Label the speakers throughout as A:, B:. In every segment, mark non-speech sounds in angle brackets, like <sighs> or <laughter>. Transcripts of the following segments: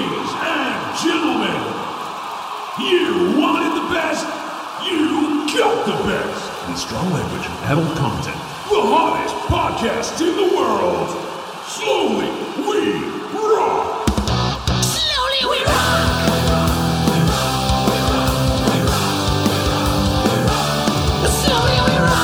A: and gentlemen, you wanted the best, you got the best. In strong language and adult content, the hottest podcast in the world. Slowly, we rock.
B: Slowly we rock! Slowly we rock!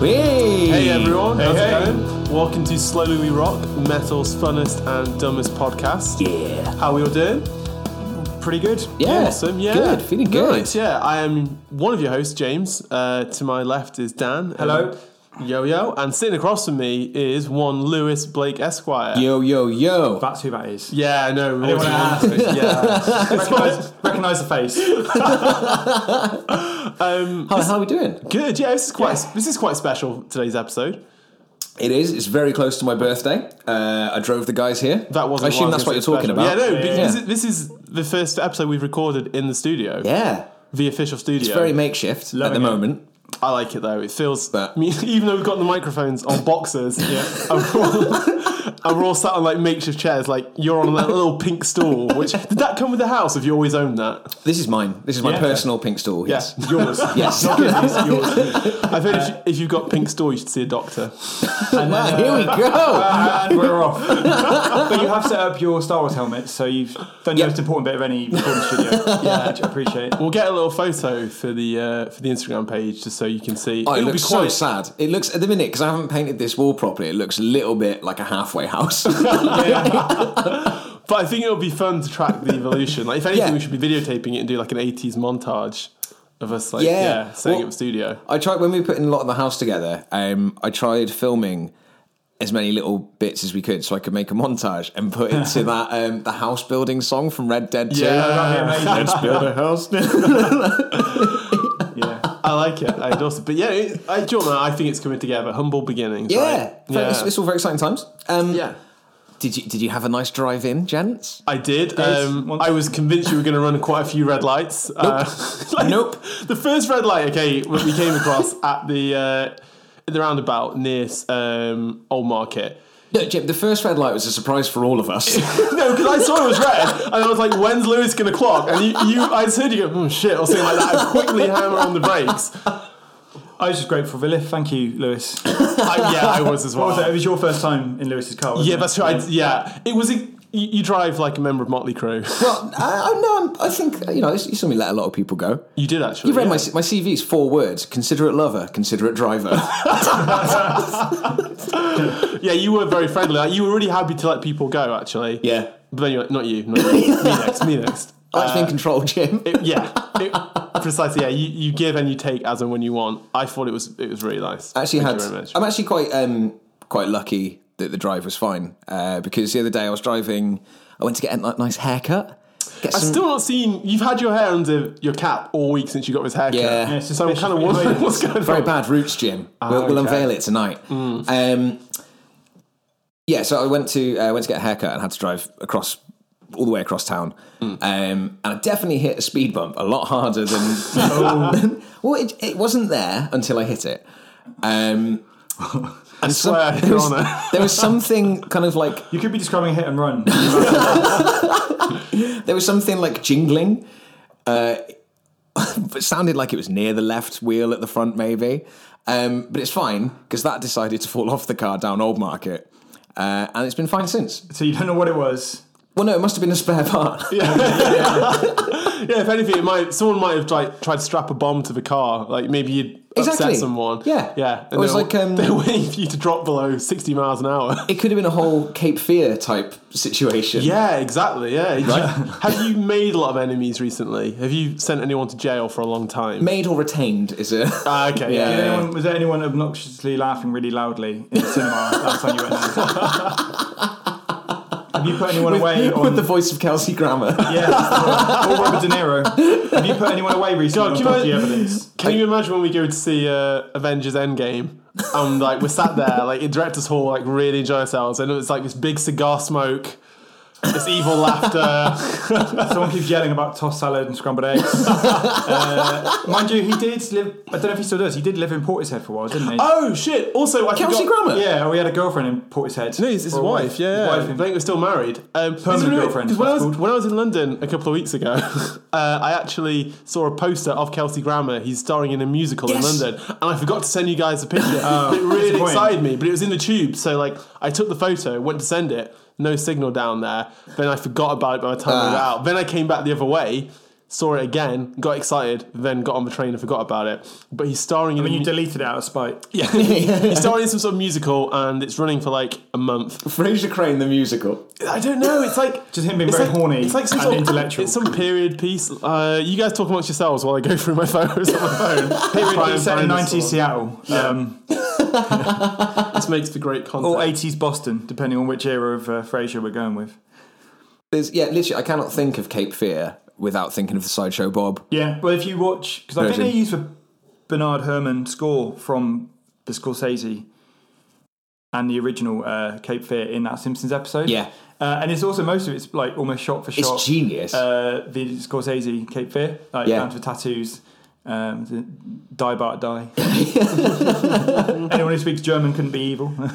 C: Hey,
D: Hey everyone,
C: Hey,
D: how's
C: hey.
D: it going? Welcome to Slowly We Rock, metal's funnest and dumbest podcast.
C: Yeah.
D: How we all doing? Pretty good.
C: Yeah.
D: Awesome. Yeah.
C: Good, feeling good.
D: Right, yeah, I am one of your hosts, James. Uh, to my left is Dan.
C: Hello.
D: And yo yo, and sitting across from me is one Lewis Blake Esquire.
C: Yo, yo, yo.
E: That's who that is.
D: Yeah, I know. we're
E: Anyone
D: all-
E: <laughs> else?
D: Yeah.
E: Recognise, recognise the face.
C: Hi, how are we doing?
D: Good. Yeah, this is quite this is quite special today's episode.
C: It is. It's very close to my birthday. Uh, I drove the guys here.
D: That wasn't.
C: I assume
D: I was
C: that's what
D: gonna
C: you're
D: say
C: talking
D: special.
C: about.
D: Yeah, no,
E: Yeah.
D: because
C: Yeah.
D: this is the first episode we've recorded in the studio.
C: Yeah.
D: The official studio.
C: It's very makeshift at
E: Loving
C: the
E: it.
C: moment.
D: I like it though. It feels
C: That.
D: I mean, <laughs> even though we've got the microphones
C: <laughs>
D: on boxes, and, we're all, <laughs> and we're all sat on like makeshift chairs. Like you're on that little pink stool. Which did that come with the house? If you always owned that,
C: This is mine. This is my
E: Yeah.
C: personal pink stool.
D: <laughs>
C: Yes.
D: yeah.
E: Yours.
C: <laughs> Yes.
E: Not his,
C: <laughs>
E: yours.
D: I've heard if, you, if you've got pink stool, you should see a doctor.
E: And, then,
C: <laughs> Here we go.
D: <laughs>
E: and we're off. <laughs> but you have set up your Star Wars helmets, so you've done
C: Yep.
E: your most important bit of any recording studio. Yeah, which I appreciate.
D: We'll get a little photo for the uh, for the Instagram page just so you can see.
C: Oh, it
D: It'll
C: looks so
D: quite-
C: sad. It looks at the minute because I haven't painted this wall properly. It looks a little bit like a halfway house. <laughs>
D: <laughs> But I think it'll be fun to track the evolution. Like if anything,
C: Yeah.
D: we should be videotaping it and do like an '80s montage of us like
C: Yeah.
D: yeah, setting
C: Well-
D: up studio.
C: I tried when we were putting a lot of the house together. Um, I tried filming as many little bits as we could, so I could make a montage and put into
D: <laughs>
C: that um, the house building song from Red Dead Two.
D: Yeah.
E: That'd be amazing.
C: Let's build a house.
E: Yeah.
D: I like it. I endorse it. But yeah, it, I, do you know what, I think it's coming together. Humble beginnings.
C: yeah,
D: right?
C: Very- It's, it's all very exciting times. Um,
D: yeah.
C: Did you did you have a nice drive in, gents?
D: I did. Um,
E: Once-
D: I was convinced you were going to run quite a few red lights. Nope. <laughs>
C: Nope.
D: The first red light, okay, we came across at the uh, at the roundabout near um, Old Market.
C: No, Jim. The first red light was a surprise for all of
D: <laughs>
C: us.
D: No, because I saw it was red, and I was like, "When's Lewis going to clock?" And you, you I just heard you go, "Oh shit," or something like that, and quickly hammer on the brakes.
E: I was just grateful for the lift. Thank you, Lewis.
D: I, yeah, I was as well.
E: Also, it was your first time in Lewis's car. Wasn't
D: yeah,
E: it?
D: that's right. Yeah, it was. A, you, you drive like a member of Motley Crue. <laughs>
C: well, I, I know. i I think you know. You saw me let a lot of people go.
D: You did actually.
C: You read
D: yeah.
C: my my CV's four words: considerate lover, considerate
D: <laughs>
C: driver.
D: Yeah, you were very friendly. Like, you were really happy to let people go, actually.
C: yeah.
D: But then you're like, not you, not
C: <laughs>
D: you. me next, me next.
C: I like to be
D: Uh,
C: in control, Jim.
D: It- yeah, it- precisely. Yeah, you, you give and you take as and when you want. I thought it was it was really nice.
C: actually had.
D: Thank You very much.
C: I'm actually quite um, quite lucky that the drive was fine uh, because the other day I was driving. I went to get a ni- nice haircut. Get
D: I've
C: some-
D: still not seen. You've had your hair under your cap all week since you got this haircut.
C: Yeah. Yeah,
E: it's
D: so I'm
E: suspicious
D: kind of
E: what you're
D: wondering <laughs>
E: doing.
D: what's going
C: very
D: on.
C: bad roots, Jim. we'll, we'll
D: Ah, okay. Mm.
C: unveil it tonight. Um, yeah, so I went to uh, went to get a haircut and had to drive across all the way across town,
D: Mm.
C: um, and I definitely hit a speed bump a lot harder
D: <laughs>
C: than. well, it, it wasn't there until I hit it.
D: <laughs>
C: Um, and some-
D: swear,
C: there,
D: Your
C: was,
D: Honour.
C: there was something kind of like
E: You could be describing a hit and run.
C: there was something like jingling. Uh, <laughs> it sounded like it was near the left wheel at the front, maybe. Um, but it's fine because that decided to fall <laughs> off the car down Old Market. Uh, and it's been fine since.
E: so you don't know what it was.
C: Well, no, it must have been a spare part.
D: Yeah, if anything, it might someone might have like tried to strap a bomb to the car. Like maybe you'd
C: Exactly.
D: upset someone.
C: Yeah.
D: yeah.
C: It was
D: they're-
C: like,
D: <laughs>
C: um,
D: they're waiting for you to drop below 60 miles an hour. <laughs>
C: It could have been a whole Cape Fear type situation.
D: Yeah, exactly. Yeah. Have you made a lot of enemies recently? Have you sent anyone to jail for a long time?
C: Made or retained is a.
D: Ah, okay.
C: Yeah.
D: Yeah.
E: Did anyone, was there anyone obnoxiously laughing really loudly in the cinema last time you went there? Have you put anyone
C: <laughs>
E: away
C: with,
E: on
C: with the voice of Kelsey Grammer.
E: Yeah, that's the one. or Robert De Niro. Have you put anyone away recently
D: God,
E: on
D: can I-
E: dodgy evidence?
D: Can you imagine when we go to see uh, Avengers Endgame? And like we're sat there, like in director's hall, like really enjoying ourselves, and it's like this big cigar smoke. It's
C: <laughs>
D: evil laughter.
E: Someone keeps yelling about tossed salad and scrambled <laughs> eggs. Uh, mind you, he did live. I don't know if he still does. He did live in Portishead for a while, didn't he?
D: oh shit! Also, I
C: Kelsey
D: forgot.
C: Grammer.
E: Yeah, we had a girlfriend in Portishead.
D: No, his, his
E: Or a
D: wife, yeah.
E: His
D: I
E: wife in-
D: think we're still married. Um,
E: girlfriend,
D: Because when, I
E: that's
D: was-
E: called.
D: when I was in London a couple of weeks ago, <laughs> uh, I actually saw a poster of Kelsey Grammer. He's starring in a musical
C: Yes.
D: in London, and I forgot to send you guys a picture. it really
E: disappointing.
D: excited me, but it was in the tube. So like, I took the photo, went to send it, no signal down there. Then I forgot about it by the time I was
C: Ah.
D: out. Then I came back the other way. Saw it again, got excited, then got on the train and forgot about it. But he's starring in
E: I mean,
D: a
E: you
D: mu-
E: deleted it out of spite.
D: yeah.
C: <laughs>
D: he's starring in some sort of musical, and it's running for like a month.
C: Fraser Crane the musical.
D: I don't know. It's like
E: Just him being very horny
D: some
E: and
D: sort of-
E: intellectual.
D: It's some period piece. Uh, you guys talk amongst yourselves while I go through my <laughs> photos on my phone. period
E: He set in 90s Seattle um,
D: This makes for great content.
E: or 80s Boston, depending on which era of uh, Frasier we're going with.
C: There's yeah, literally, I cannot think of Cape Fear without thinking of the sideshow Bob.
E: Yeah, well, if you watch, because I think
C: Version.
E: they used the Bernard Herman score from the Scorsese and the original uh, Cape Fear in that Simpsons episode.
C: Yeah.
E: uh, and it's also most of it's like almost shot for
C: It's
E: shot.
C: genius.
E: Uh, the Scorsese Cape Fear, like
C: Yeah.
E: down to the tattoos. Um, the die Bart die. Anyone who speaks German couldn't be evil.
D: Oh,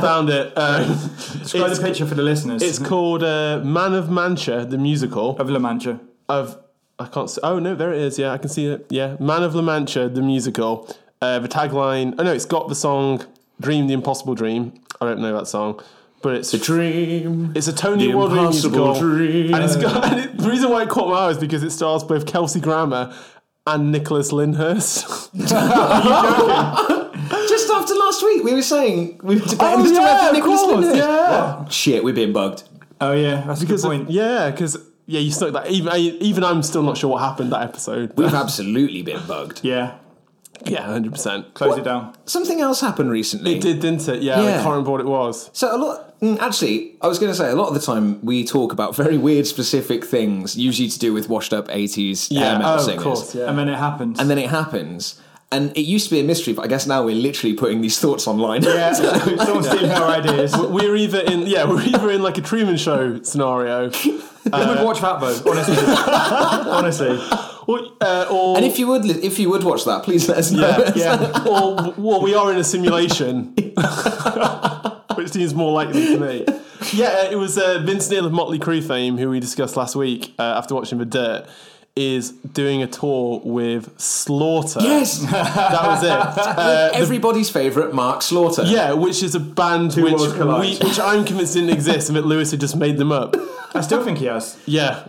D: found it. <laughs> Uh,
E: Describe
D: It's-
E: the picture for the listeners.
D: it's called uh, Man of Mancha, the musical
E: of La Mancha.
D: of. I can't. See, oh no, there it is. Yeah, I can see it. Yeah, Man of La Mancha, the musical. Uh, the tagline. Oh no, it's got the song "Dream the Impossible Dream." I don't know that song, but it's
C: dream.
D: It's a Tony
C: The
D: Award winning
C: Impossible
D: musical,
C: Dream.
D: and it's got <laughs> and it, the reason why it caught my eye is because it stars both Kelsey Grammer and Nicholas Lyndhurst. <laughs>
C: Just after last week, we were saying we were debating
D: Oh,
C: this
D: yeah, of
C: Nicholas
D: course,
C: Lyndhurst.
D: yeah.
C: Shit, we're being bugged.
E: Oh yeah, that's
D: because
E: a
D: of-
E: good point.
D: yeah, because yeah, you stuck that. Even I, even I'm still not sure what happened that episode.
C: We've absolutely been bugged.
E: yeah,
D: yeah, hundred percent.
E: close it down.
C: Something else happened recently.
D: It did, didn't it? Yeah, I
C: Yeah.
D: can't remember what it was.
C: So a lot, mm, actually, I was going to say a lot of the time we talk about very weird, specific things, usually to do with washed-up '80s hair
D: Yeah,
C: metal
D: oh, of
C: singers.
D: course, yeah.
E: And then it happens.
C: And then it happens, and it used to be a mystery, but I guess now we're literally putting these thoughts online.
E: Yeah, <laughs> someone's stealing our ideas.
D: But We're either in yeah, <laughs> we're either in like a Truman Show
C: <laughs>
D: scenario,
E: I would watch that though, honestly. Uh, <laughs> honestly,
D: or, uh, or
C: <laughs> And if you would, li- if you would watch that, please let us know.
D: <laughs> yeah,
C: <laughs>
D: yeah, or well, we are in a
E: <laughs>
D: simulation, <laughs> which seems more likely to me. Yeah, uh, it was uh, Vince Neil of Motley Crue fame, who we discussed last week uh, after watching The Dirt, is doing a tour with Slaughter. <laughs>
C: Yes,
D: that was it.
E: <laughs>
D: Uh,
C: everybody's favourite Mark Slaughter.
D: yeah, which is a band which
E: worlds collide.
D: we, which I'm convinced didn't exist, and that Lewis had just made them up.
E: I still think he has.
D: Yeah.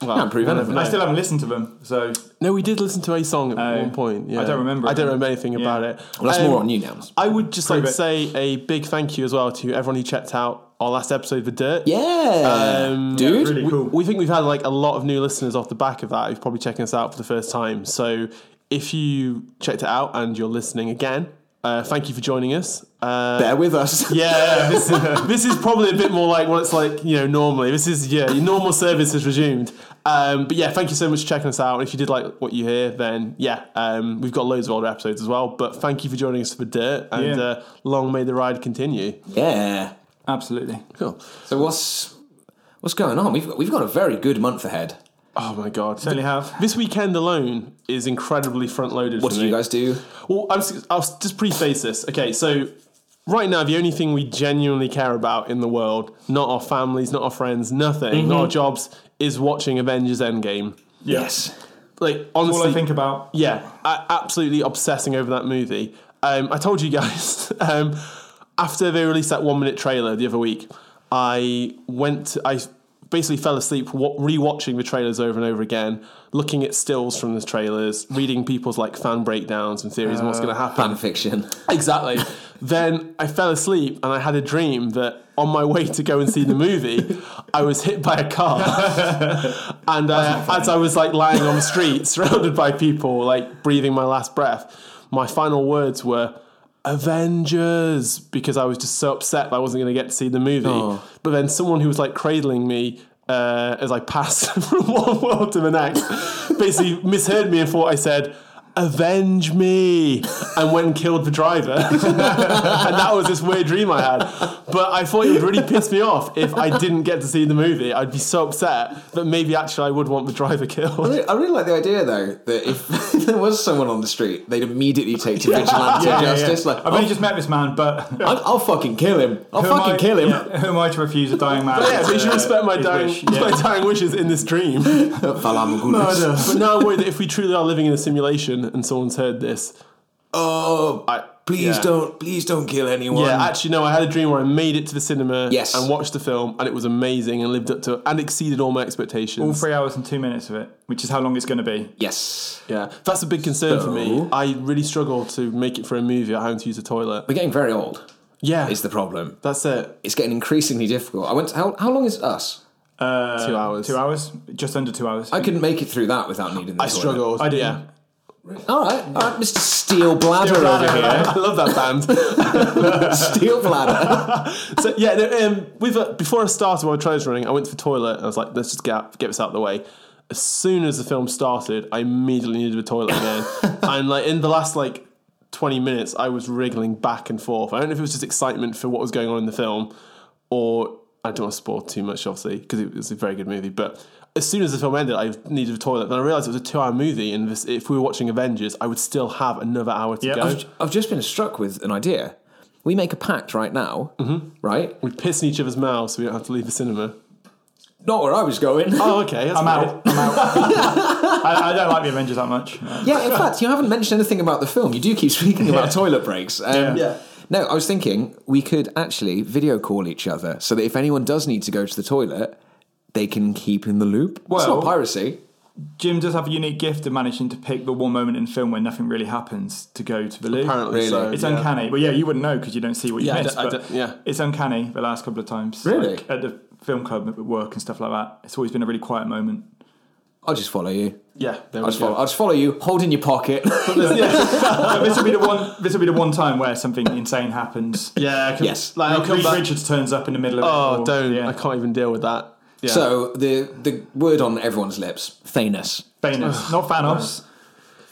D: Well,
C: Can't prove anything.
E: I still haven't listened to them, so
D: No, we did listen to a song at one point. Yeah.
E: Oh. I don't remember
D: I
E: it.
D: don't remember anything about it.
C: Well, that's
D: Um,
C: more on you now.
D: I would just like to
E: it.
D: say a big thank you as well to everyone who checked out our last episode of The Dirt.
C: Yeah, Um, dude.
E: really
D: We,
E: cool.
D: we think we've had like a lot of new listeners off the back of that who've probably checking us out for the first time. So if you checked it out and you're listening again, uh, thank you for joining us. Uh,
C: Bear with us.
D: <laughs> yeah, this, this is probably a bit more like what it's like, you know, normally. This is, yeah, your normal service is resumed. Um, but yeah, thank you so much for checking us out. And if you did like what you hear, then yeah, um, we've got loads of older episodes as well. But thank you for joining us for Dirt and
E: Yeah.
D: uh, long may the ride continue.
C: <laughs> Yeah.
E: absolutely.
D: Cool.
C: So what's what's going on? We've we've got a very good month ahead.
D: Oh my God.
E: Certainly have.
D: This weekend alone is incredibly front loaded.
C: What do you guys do?
D: Well, I'm, s- I'll s- just preface this. Okay, so right now, the only thing we genuinely care about in the world, not our families, not our friends, nothing,
E: Mm-hmm.
D: not our jobs, is watching Avengers Endgame.
C: Yes.
D: Like,
E: All I
D: honestly,
E: think about.
D: yeah, a- absolutely obsessing over that movie. Um, I told you guys <laughs> um, after they released that one minute trailer the other week, I went. I basically fell asleep wa- rewatching the trailers over and over again, looking at stills from the trailers, reading people's like fan breakdowns and theories on what's going to happen.
C: Uh, Fan fiction.
D: <laughs> Exactly. then I fell asleep and I had a dream that on my way to go and see the movie, I was hit by a car. and uh, as I was like lying on the street, <laughs> surrounded by people, like breathing my last breath, my final words were, Avengers, because I was just so upset that I wasn't going to get to see the movie.
C: Oh.
D: But then someone who was like cradling me <laughs> uh, as I passed from one world to the next basically misheard me and thought I said avenge me, and went and killed the driver. <laughs> and that was this weird dream I had. But I thought it would really piss me off if I didn't get to see the movie. I'd be so upset that maybe actually I would want the driver killed. <laughs>
C: I really like the idea though that if <laughs> there was someone on the street, they'd immediately take to vigilante
E: Yeah, yeah,
C: justice.
E: yeah.
C: Like,
E: I've
C: I'll,
E: only just met this man, but who
C: I'll, I'll fucking kill him. I'll
E: am
C: fucking
E: I-
C: kill him. <laughs>
E: yeah, who am I to refuse a dying man?
D: Yeah, but you should
E: uh,
D: respect my
E: his
D: dying,
E: wish, yeah.
D: my dying wishes in this dream.
C: Falamagulus.
D: but now I'm worried that if we truly are living in a simulation and someone's heard this,
C: Oh,
D: I,
C: please
D: yeah.
C: don't, please don't kill anyone.
D: Yeah, actually, no. I had a dream where I made it to the cinema
C: Yes.
D: and watched the film, and it was amazing and lived up to and exceeded all my
E: All
D: expectations.
E: three hours and two minutes of it, which is how long it's going to be.
C: yes.
D: yeah, that's a big concern for me. I really struggle to make it for a movie at home to use a toilet.
C: We're getting very old.
D: Yeah,
C: Is the problem?
D: that's it.
C: It's getting increasingly difficult. I went. To, how how long is us?
E: Uh,
D: Um, Two hours.
E: Two hours, just under two hours.
C: I couldn't make it through that without needing. The
D: I
C: toilet.
D: struggled.
E: I didn't.
D: Yeah.
C: All right, all right, Mr. Steel Bladder over here.
D: <laughs> I love that
C: <laughs>
D: band.
C: Steel Bladder.
D: so yeah, no, um, with uh, before I started, while my train was running, I went to the toilet and I was like, "Let's just get out, get this out of the way." As soon as the film started, I immediately needed a toilet again,
E: <laughs>
D: and like in the last like twenty minutes, I was wriggling back and forth. I don't know if it was just excitement for what was going on in the film, or I don't want to spoil too much, obviously, because it was a very good movie. But as soon as the film ended, I needed a toilet. Then I realized it was a two-hour movie, and this, if we were watching Avengers, I would still have another hour to
E: Yeah.
D: go.
E: I've-
C: I've just been struck with an idea. We make a pact right now, right?
D: We piss in each other's mouths, so we don't have to leave the
E: <laughs>
D: cinema.
C: Not where I was going.
D: Oh, okay. That's
E: I'm
D: great.
E: out. I'm out. I, I don't like the Avengers that much.
C: Yeah, in fact, you haven't mentioned anything about the film. You do keep speaking about toilet breaks. Um,
E: Yeah.
C: No, I was thinking we could actually video call each other so that if anyone does need to go to the toilet, they can keep in the loop. Well, it's
E: Well-
C: not piracy.
E: Jim does have a unique gift of managing to pick the one moment in film when nothing really happens to go to the loo.
D: Apparently,
C: Really?
D: so,
E: It's
D: yeah.
E: uncanny. Well, yeah, you wouldn't know because you don't see what you
D: Yeah, I
E: missed.
D: don't- I
E: but
D: don't- yeah.
E: it's uncanny. The last couple of times,
C: Really?
E: like, at the film club at work and stuff like that, it's always been a really quiet moment.
C: I'll just follow you.
D: Yeah,
C: I'll
D: there we
C: just
D: go.
C: follow, I'll just follow you, hold in your pocket.
E: But this will be the one. This will be the one time where something insane happens.
D: Yeah, I can-
C: Yes.
D: Like I'll come
E: Reed
D: back.
E: Richards turns up in the middle of it.
D: <laughs> Oh,
E: or-
D: don't!
E: yeah.
D: I can't even deal with that. Yeah.
C: So the the word on everyone's lips, Thanos.
E: Thanos, not Thanos.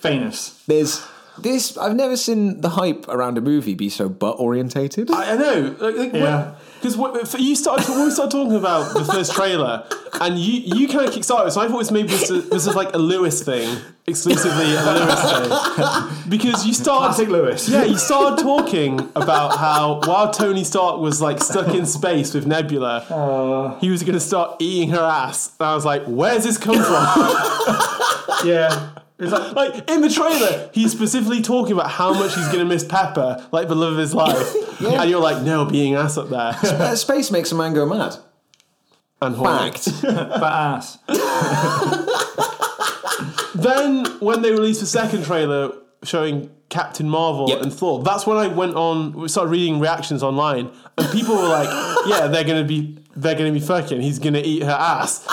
E: Thanos.
C: There's this. I've never seen the hype around a movie be so butt orientated.
D: I, I know. Like, like,
E: Yeah.
D: Because you started when we started talking about the first trailer, and you you kind of kickstarted it, so I thought this maybe this is, this is like a Lewis thing, exclusively a Lewis
E: <laughs>
D: thing, because you started
E: Classic Lewis.
D: Yeah, you started talking about how while Tony Stark was like stuck in space with Nebula,
E: Uh.
D: he was going to start eating her ass, and I was like, where's this come from?
E: Yeah. It's like
D: Like in the trailer, he's specifically talking about how much he's gonna miss Pepper, like the love of his
C: <laughs>
D: life. And you're like, no, being ass up there.
C: Uh, space makes a man go mad.
D: And horny.
C: Fact.
E: fat ass.
D: Then when they released the second trailer showing Captain Marvel
C: Yep.
D: and Thor, that's when I went on we started reading reactions online and people
C: <laughs>
D: were like, Yeah, they're gonna be they're gonna be fucking, he's gonna eat her ass.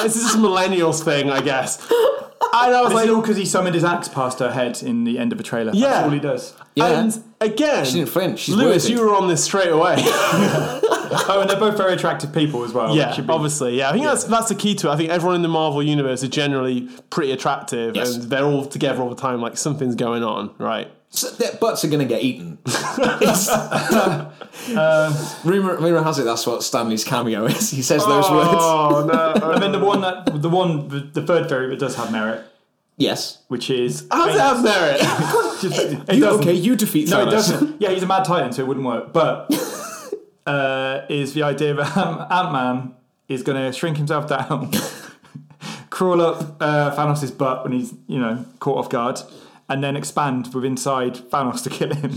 D: This is just a millennials thing, I guess. And I was
E: It's
D: like,
E: all because he summoned his axe past her head in the end of a trailer.
D: Yeah.
E: That's all he does.
C: Yeah.
D: and again,
C: She didn't flinch, she's
D: Lewis,
C: worthy.
D: you were on this straight away.
E: Oh, and they're both very attractive people as well.
D: Yeah,
E: It should be-
D: obviously. Yeah, I think that's that's the key to it. I think everyone in the Marvel universe are generally pretty attractive,
C: Yes.
D: and they're all together all the time. Like something's going on, right?
C: <laughs> So their butts are going to get <laughs> eaten.
E: Um,
C: rumor, rumor has it that's what Stanley's cameo is. He says those words.
D: Oh no!
E: And then the one that the one the, the third theory that does have merit,
C: Yes.
E: which is
D: How's it have merit?
E: Just- it
C: You-
E: doesn't.
C: okay, you defeat
E: No,
C: Thanos.
E: it doesn't. Yeah, he's a mad titan, so it wouldn't work. But uh, is the idea that Ant Man is going to shrink himself down, <laughs> crawl up uh, Thanos' butt when he's you know caught off guard, and then expand with inside Thanos to kill him.
C: <laughs>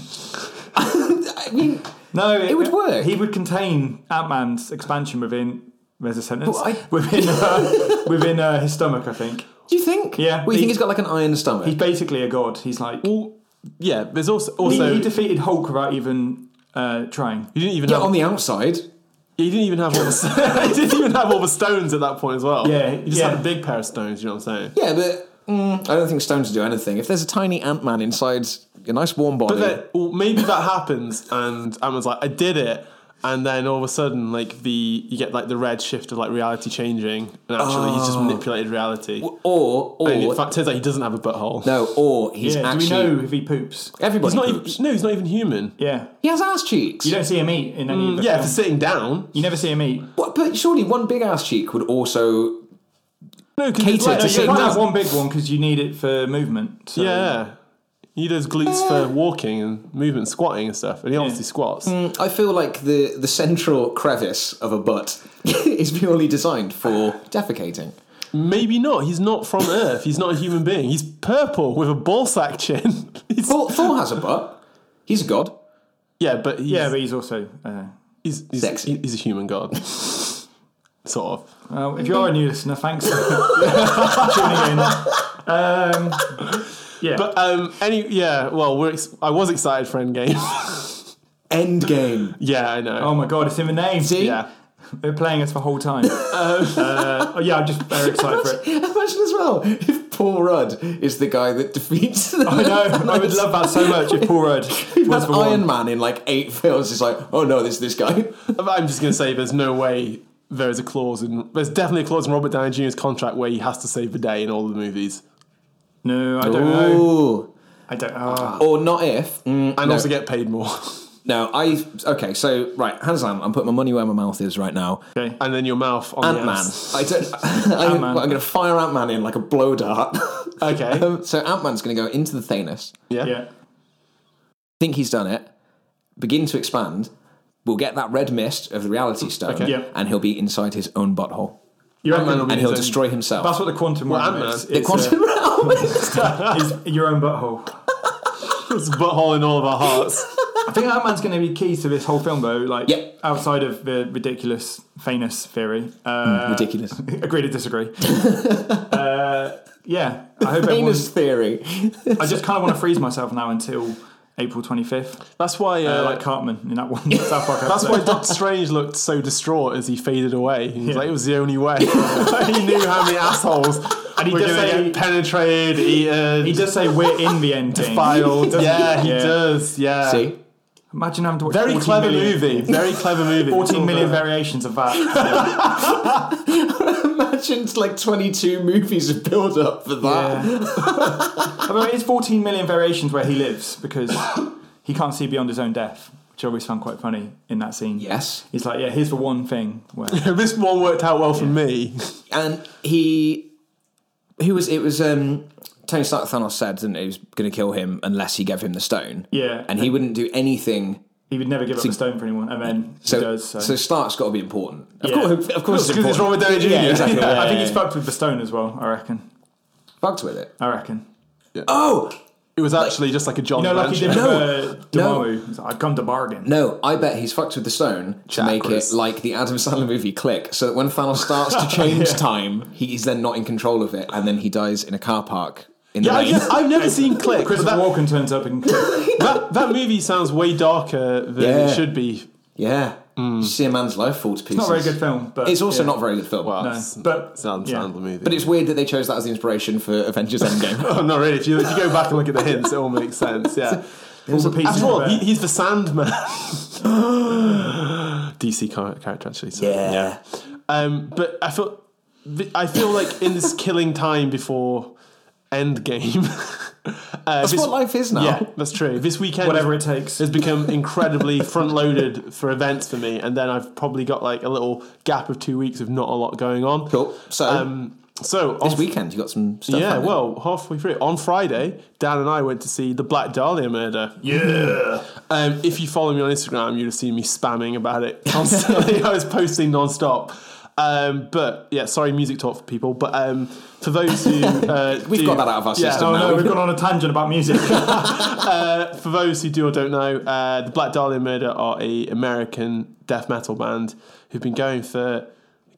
C: I mean,
E: No, it, uh,
C: would work.
E: He would contain Ant Man's expansion within. There's a sentence
C: But I-
E: <laughs> within uh, within uh, his stomach. I think
C: do you think? Well,
E: Yeah,
C: you
E: he-
C: think he's got like an iron stomach?
E: he's basically a god. He's like
D: Well, yeah. There's also
E: he,
D: also
E: he
D: you
E: defeated Hulk without even uh, trying.
D: didn't even
C: yeah,
D: have
C: on the outside.
D: you didn't even have all the <laughs> you didn't even have all the stones at that point as well.
E: Yeah,
D: you just
E: yeah.
D: had a big pair of stones. You know what I'm saying?
C: Yeah, but mm, I don't think stones do anything. If there's a tiny Ant Man inside a nice warm body,
D: But then, well, maybe that happens, and Ant Man's like, I did it. and then all of a sudden, like the you get like the red shift of like reality changing, and actually he's just
E: Oh.
D: manipulated reality.
C: Or, or
D: And in fact, turns out he doesn't have a butthole.
C: no, or he's
E: Yeah,
C: actually
E: do we know if he poops?
C: everybody.
D: he's not even,
C: poops.
D: no, he's not even human.
E: Yeah.
C: He has ass cheeks.
E: You don't see him eat in any of the
D: Yeah, for
E: films.
D: sitting down.
E: You never see him eat.
C: What- but surely one big ass cheek would also
D: No, because
C: Cater
D: like,
C: to
E: You
C: sit
E: can't
C: down.
E: have one big one because you need it for movement. So.
D: yeah, you need those glutes for walking and movement, squatting and stuff. And he obviously squats.
E: Mm.
C: I feel like the, the central crevice of a butt <laughs> is purely designed for defecating.
D: Maybe not. He's not from Earth. He's not a human being. He's purple with a ball sack chin. <laughs> He's-
C: Thor, Thor has a butt. He's a god.
D: yeah, but he's,
E: Yeah, but he's also. Uh,
D: he's, he's,
C: Sexy.
D: he's a human god. <laughs> sort of.
E: well, if you're a new listener, thanks <laughs> for tuning in. Um, yeah.
D: But um, any yeah, well, we're ex- I was excited for Endgame. <laughs>
E: <laughs>
C: Endgame.
D: yeah, I know.
E: oh my god, it's in the name.
C: See?
D: yeah,
E: They're playing us the
D: <laughs>
E: whole time. Uh, oh, yeah, I'm just very excited for it.
C: Imagine as well if Paul Rudd is the guy that defeats the
E: I know. I would love that so much if Paul Rudd was the
C: That's
E: one.
C: Iron Man in like eight <laughs> films. It's like, oh no, there's this guy.
D: <laughs>
C: <laughs>
D: I'm just gonna say there's no way there is a clause in there's definitely a clause in Robert Downey Jr.'s contract where he has to save the day in all of the movies
E: No, I don't know.
C: Ooh.
E: I don't. Oh.
C: Or not if. Mm,
D: and
C: no.
D: also get paid more. <laughs>
C: No, I. Okay, so, right, hands down, I'm putting my money where my mouth is right now.
E: Okay.
D: and then your mouth on
C: Ant
D: the
C: Man.
D: ass.
C: I don't. <laughs> I, am
E: Ant-Man.
C: going to fire Ant Man in like a blow dart. <laughs>
D: Okay.
C: Um, so Ant Man's going to go into the Thanos.
D: yeah.
E: Yeah.
C: Think he's done it. Begin to expand. We'll get that red mist of the reality stone,
D: Okay.
E: Yeah.
C: and he'll be inside his own butthole,
E: You
D: Ant-Man
E: reckon
D: will be
C: and he'll
D: own-
C: destroy himself.
E: that's what the quantum realm
D: Ant-Man.
E: is.
C: the
E: It's,
C: quantum realm.
E: uh, is your own butthole.
D: <laughs> It's a butthole in all of our hearts.
E: I think Ant Man's going to be key to this whole film, though. Like,
C: Yep.
E: outside of the ridiculous famous theory,
D: Hmm,
E: uh,
C: Ridiculous.
E: agree to
D: <laughs>
E: disagree. uh, yeah, I hope everyone.
C: Venus theory.
D: <laughs>
E: I just kind of want to freeze myself now until April 25th,
D: That's why. Uh,
E: uh, like Cartman
D: <laughs>
E: in that one South Park.
D: that's
E: episode.
D: why Doctor Strange looked so distraught as he faded away. He was
E: Yeah.
D: like, it was the only way. <laughs> he knew how many assholes and
E: he
D: were
E: does
D: going to
E: say-
D: get penetrated, eaten,
E: He does say we're in the end game.
D: filed. yeah, he
E: <laughs> Yeah.
D: does. Yeah.
C: See,
E: Imagine having to watch
D: Very
E: 14
D: clever
E: million-
D: movie. Very clever movie.
E: 14 million
D: It's all
E: variations of that.
C: imagine it's like twenty-two movies of build-up for that.
E: Although it is 14 million variations where he lives because he can't see beyond his own death, which I always found quite funny in that scene.
C: Yes,
E: He's like, yeah, here's the one thing where.
D: there. This one worked out well for me.
C: and he, who was it? Was um, Tony Stark Thanos said didn't he, he was going to kill him unless he gave him the stone.
E: Yeah.
C: and he wouldn't do anything
E: He would never give up the stone for anyone, and then
C: So,
E: he does. So,
C: so Stark's got to be important. Of
E: Yeah.
C: course, of course,
D: It's 'cause it's
C: important.
D: Robert Downey Jr..
C: Yeah, exactly.
E: <laughs> I
C: yeah.
E: think he's fucked with the stone as well. I reckon.
C: Fucked with it.
E: I reckon.
C: Oh
D: <laughs> It was actually just like a John
E: You know, like he
D: Blanchard.
E: did
C: No. No.
E: with uh, Dormammu. He's like, I've come to bargain.
C: no! I bet he's fucked with the stone to make it
D: Chakras.
C: like the Adam Sandler movie Click, so that when Thanos starts to change time, he is then not in control of it, and then he dies in a car park in
D: Yeah,
C: the
D: I
C: rain.
D: guess- I've
E: <laughs>
D: never seen Click. but
E: Christopher
D: That,
E: Walken turns up <laughs> and
D: that, that movie sounds way darker than
C: Yeah.
D: it should be.
C: Yeah,
D: Mm.
C: you see a man's life fall to pieces.
E: not a very good film, but
C: It's also
E: yeah.
C: not a very good film,
D: Well,
E: No,
D: it's-
E: but-
D: it's an
E: yeah.
D: ensemble movie.
C: but it's weird that they chose that as the inspiration for
D: <laughs>
C: Avengers Endgame.
D: Oh, not really. If you, if you go back and look at the hints, it all makes sense. Yeah.
E: There's a piece
D: After
E: of
D: all,
E: it.
D: he, he's the <gasps> Sandman. DC char- character, actually. So,
C: Yeah.
D: Um, but I feel, I feel like in this killing time before Endgame. <laughs> uh,
C: That's
D: this-
C: what life is now.
D: Yeah, that's true. This weekend,
E: Whatever it takes.
D: has become incredibly front-loaded for events for me, and then I've probably got like a little gap of two weeks of not a lot going on.
C: Cool. So
D: Um, so
C: this
D: on-
C: weekend you got some stuff.
D: yeah,
C: happening.
D: well, halfway through on Friday, Dan and I went to see the Black Dahlia murder.
E: Yeah.
D: Um, if you follow me on Instagram, you'd have seen me spamming about it constantly. <laughs> I was posting non-stop. Um, but yeah, sorry, music talk for people. But um, for those who uh,
C: <laughs> We've
D: do-
C: got that out of our
D: Yeah,
C: system
E: Oh
C: now.
E: no, we've gone on a tangent about
D: <laughs>
E: music.
D: Uh, for those who do or don't know, uh, the Black Dahlia Murder are a American death metal band who've been going for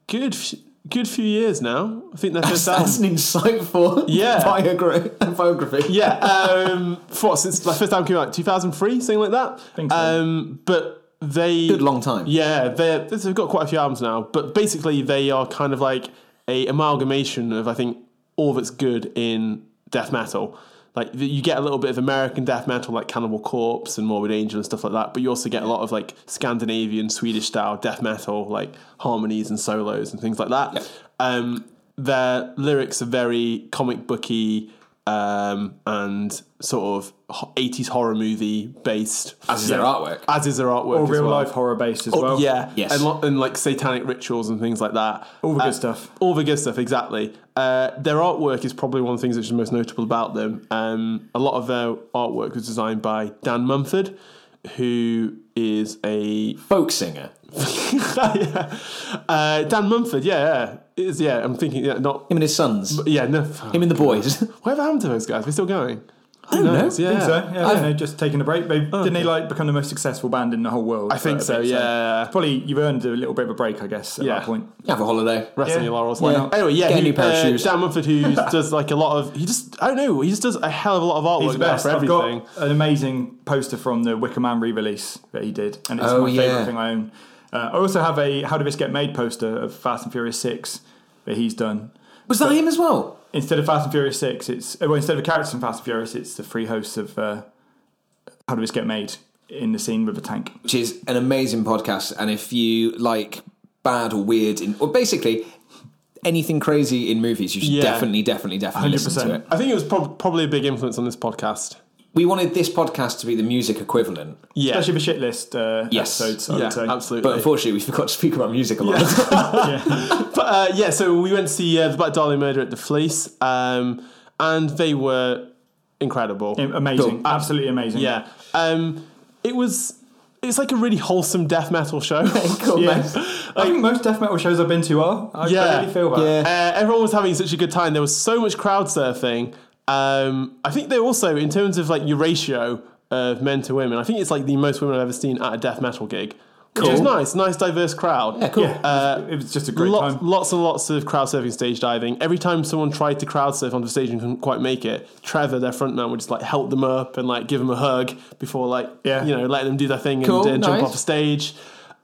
D: good f- good few years now. I think their first album.
C: That's an insightful
D: Yeah.
C: biogra- biography.
D: Yeah, um, for since my first album came out, two thousand three, something like that.
E: Think so.
D: Um, but they
C: Good long time.
D: Yeah, they're, they've got quite a few albums now, but basically they are kind of like a amalgamation of I think all that's good in death metal. Like th- you get a little bit of American death metal, like Cannibal Corpse and Morbid Angel and stuff like that, but you also get a lot of like Scandinavian, Swedish style death metal, like harmonies and solos and things like that. Um, their lyrics are very comic booky um, and sort of ho- 80s horror movie based,
C: As is their artwork.
D: as is their artwork,
E: Or
D: as
E: real
D: well.
E: life horror based as well.
D: Oh, Yeah,
C: Yes.
D: and, lo- and like satanic rituals and things like that. Uh,
E: All the good stuff.
D: All the good stuff, exactly. Uh, their artwork is probably one of the things which is most notable about them. Um, a lot of their artwork was designed by Dan Mumford, who is a <laughs>
C: Folk singer.
D: yeah. uh, Dan Mumford. Yeah, yeah, is yeah. I'm thinking yeah, not
C: Him and his sons.
D: yeah. No,
C: Him and the boys.
D: whatever happened to those guys? They're still going.
C: <laughs> I don't know.
D: Yeah, Oh,
E: So, yeah, I don't know, just taking a break. They, didn't they like become the most successful band in the whole world? uh,
D: I think so. Yeah,
E: Probably you've earned a little bit of a break, I guess, at
D: Yeah.
E: that point.
C: Have a holiday.
D: Rest on
E: Yeah.
D: your laurels.
C: Why not?
D: Anyway, yeah,
C: Get a
D: who-
C: new pair of
D: uh,
C: shoes.
D: Dan
C: <laughs>
D: Mumford, who does like a lot of, he just, I don't know, he just does a hell of a lot of artwork
E: He's the
D: now
E: best.
D: for
E: I've
D: everything.
E: got an amazing poster from the Wicker Man re-release that he did, and it's
C: Oh,
E: my
C: yeah.
E: favorite thing I own. Uh, I also have a "How Did This Get Made" poster of Fast and Furious Six that he's done.
C: Was that him as well?
E: Instead of Fast and Furious Six, it's uh, well, instead of characters from Fast and Furious, it's the three hosts of uh, "How Did This Get Made" in the scene with the tank.
C: which is an amazing podcast. And if you like bad or weird, in, or basically anything crazy in movies, you should
D: Yeah.
C: definitely, definitely, definitely listen to
E: 100%.
C: it.
D: I think it was prob- probably a big influence on this podcast.
C: We wanted this podcast to be the music equivalent,
D: Yeah.
E: Especially the shit list uh,
C: Yes.
E: episodes. I
D: yeah,
E: would say.
C: but
D: absolutely. But,
C: unfortunately, we forgot to speak about music a lot.
D: uh, yeah, so we went to see uh, The Black Dahlia Murder at the Fleece, um, and they were incredible.
E: Amazing, absolutely amazing.
D: Yeah. Um, it was, it's like a really wholesome death metal show.
E: Yeah. I think most death metal shows I've been to are. I,
D: Yeah.
E: I really feel that.
C: Yeah.
D: Uh, everyone was having such a good time. There was so much crowd surfing. Um, I think they also, in terms of like your ratio of men to women, I think it's like the most women I've ever seen at a death metal gig. Which is
C: Cool.
D: nice, nice diverse crowd.
C: Yeah, cool.
E: Yeah,
D: Uh,
E: it was- it was just a great
D: Lots,
E: time.
D: lots and lots of crowd surfing, stage diving. Every time someone tried to crowd surf onto stage and couldn't quite make it, Trevor, their frontman, would just like help them up and like give them a hug before like
E: Yeah.
D: you know letting them do their thing
C: Cool,
D: and uh, jump
C: nice.
D: off the stage.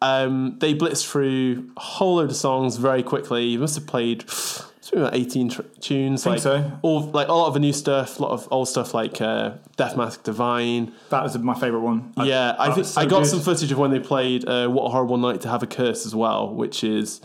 D: Um, they blitzed through a whole load of songs very quickly. You must have played it's been about eighteen tr- tunes. like
E: so.
D: all like a lot of the new stuff, a lot of old stuff like uh, Death Mask Divine.
E: That was my favourite one. I-
D: Yeah, I
E: that
D: think
E: was so
D: I got
E: good.
D: some footage of when they played uh, "What a Horrible Night to Have a Curse" as well, which is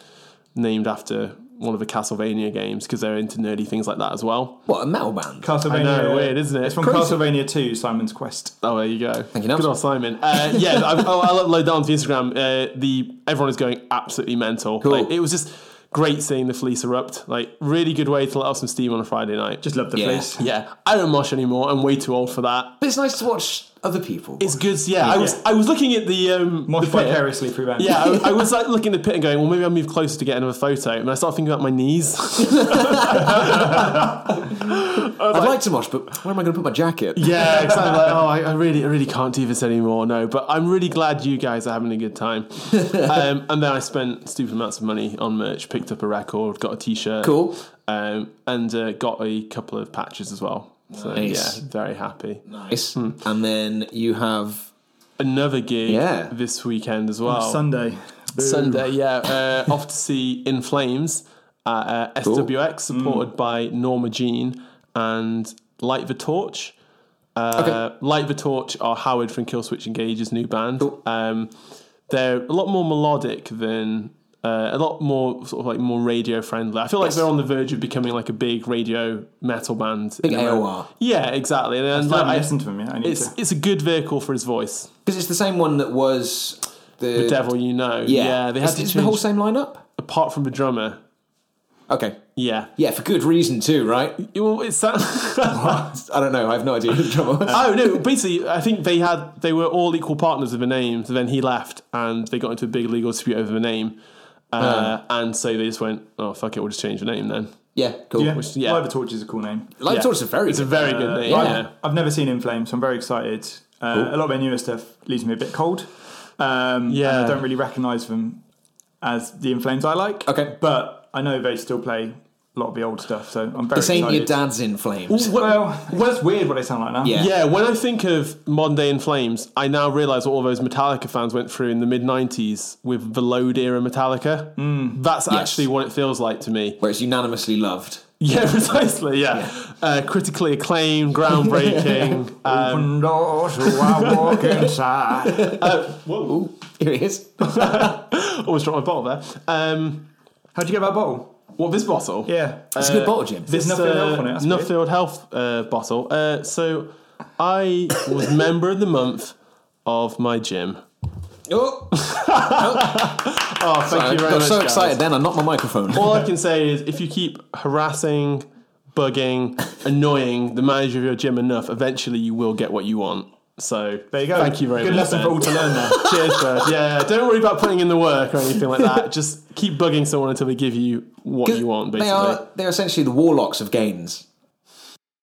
D: named after one of the Castlevania games because they're into nerdy things like that as well.
C: <laughs> What a metal band!
E: Castlevania.
D: I know, weird, isn't it?
E: It's from
D: Crazy.
E: Castlevania 2, Simon's Quest.
D: Oh, there you go. Thank
C: you, Nubs.
D: Good old Simon. Uh, yeah, I, oh, I'll upload that onto Instagram. Uh, the everyone is going absolutely mental.
C: Cool.
D: Like, it was just great seeing the fleece erupt. Like really good way to let off some steam on a Friday night. Just
E: Just love the
C: Yeah.
E: place.
D: yeah, I don't mosh anymore. I'm way too old for that.
C: But it's nice to watch other people.
D: It's good. Yeah, I was
E: Yeah.
D: I was looking at the um
E: Mosh
D: the pit.
E: vicariously through them.
D: Yeah, I, I was like looking at the pit and going, well, maybe I'll move closer to get another photo. And I started thinking about my knees.
C: I'd like to watch, but where am I going to put my jacket?
D: <laughs> yeah, exactly. Like, oh, I, I really, I really can't do this anymore. No, but I'm really glad you guys are having a good <laughs> time. um, and then I spent stupid amounts of money on merch, picked up a record, got a t-shirt,
C: Cool.
D: um, and uh, got a couple of patches as well. So
C: Nice.
D: yeah, very happy.
C: Nice.
D: Hmm.
C: And then you have
D: Another gig
C: Yeah.
D: this weekend as well.
E: Sunday. Boo.
D: Sunday, yeah. Uh, off to see In Flames at uh, SWX, supported by Norma Jean and Light the Torch. Uh, Light the Torch are Howard from Killswitch Engage's new band. Um, they're a lot more melodic than. Uh, a lot more sort of like more radio friendly. I feel like they're on the verge of becoming like a big radio metal band.
C: Big
D: in a row.
C: AOR.
D: Yeah, exactly. And,
E: I
D: and like,
E: haven't
D: I-
E: listened to them yet. I need
D: it's
E: to.
D: it's a good vehicle for his voice.
C: because it's the same one that was the,
D: The Devil You Know.
C: Yeah,
D: they had
C: Is-
D: to
C: is
D: change
C: the whole same lineup.
D: apart from the drummer.
C: Okay,
D: Yeah.
C: yeah, for good reason too,
D: <laughs>
C: right? <laughs>
D: Well, it's that.
C: I don't know. I have no idea who the drummer was.
D: oh no! Basically, I think they had they were all equal partners of the name. So then he left, and they got into a big legal dispute over the name. Uh, And so they just went, "Oh fuck it, we'll just change the name then."
C: yeah, cool.
E: Yeah.
C: Which-
D: yeah.
E: Live at Torch is a cool name.
C: Live
D: Yeah.
C: Torch is a very
D: It's a
C: good
D: very good name.
C: yeah.
D: yeah.
E: I've never seen In Flames, so I'm very excited. Uh, A lot of their newer stuff leaves me a bit cold. Um,
D: Yeah.
E: and I don't really recognise them as the In Flames I like.
C: Okay.
E: But I know they still play a lot of the old stuff, so I'm very
C: This ain't
E: excited.
C: your dad's in flames.
E: Well, it's weird what they sound like now.
C: Yeah.
D: Yeah, when I think of modern day in flames, I now realise what all those Metallica fans went through in the mid '90s
C: Mm.
D: with the Load era Metallica. That's actually what it feels like to me. <laughs>
C: Where it's unanimously loved. <laughs>
D: Yeah, precisely. Yeah, Uh, critically acclaimed,
C: <laughs>
D: groundbreaking. um,
E: Open doors, so oh, I walk inside.
C: Here it is.
D: always dropped my bottle there. Um,
E: How'd you get that bottle?
D: what this bottle?
E: Yeah.
C: It's a good bottle, Jim.
E: There's
D: It's,
E: nothing
D: uh,
E: else on it. That's weird.
D: Nuffield Health uh, bottle. Uh, so I was <laughs> member of the month of my gym.
C: Oh,
D: Oh, thank
C: I
D: you very
C: got
D: much.
C: so
D: guys.
C: excited then I knocked my microphone. <laughs>
D: All I can say is if you keep harassing,
C: <laughs>
D: bugging, annoying the manager of your gym enough, eventually you will get what you want. So
E: There you go.
D: Thank you very
E: Good
D: much.
E: lesson
D: Ben.
E: for all to learn there.
D: <laughs> Cheers, bud. Yeah, don't worry about putting in the work or anything like
C: <laughs>
D: that. Just keep bugging someone until they give you what you want, basically.
C: They are they're essentially the warlocks of gains.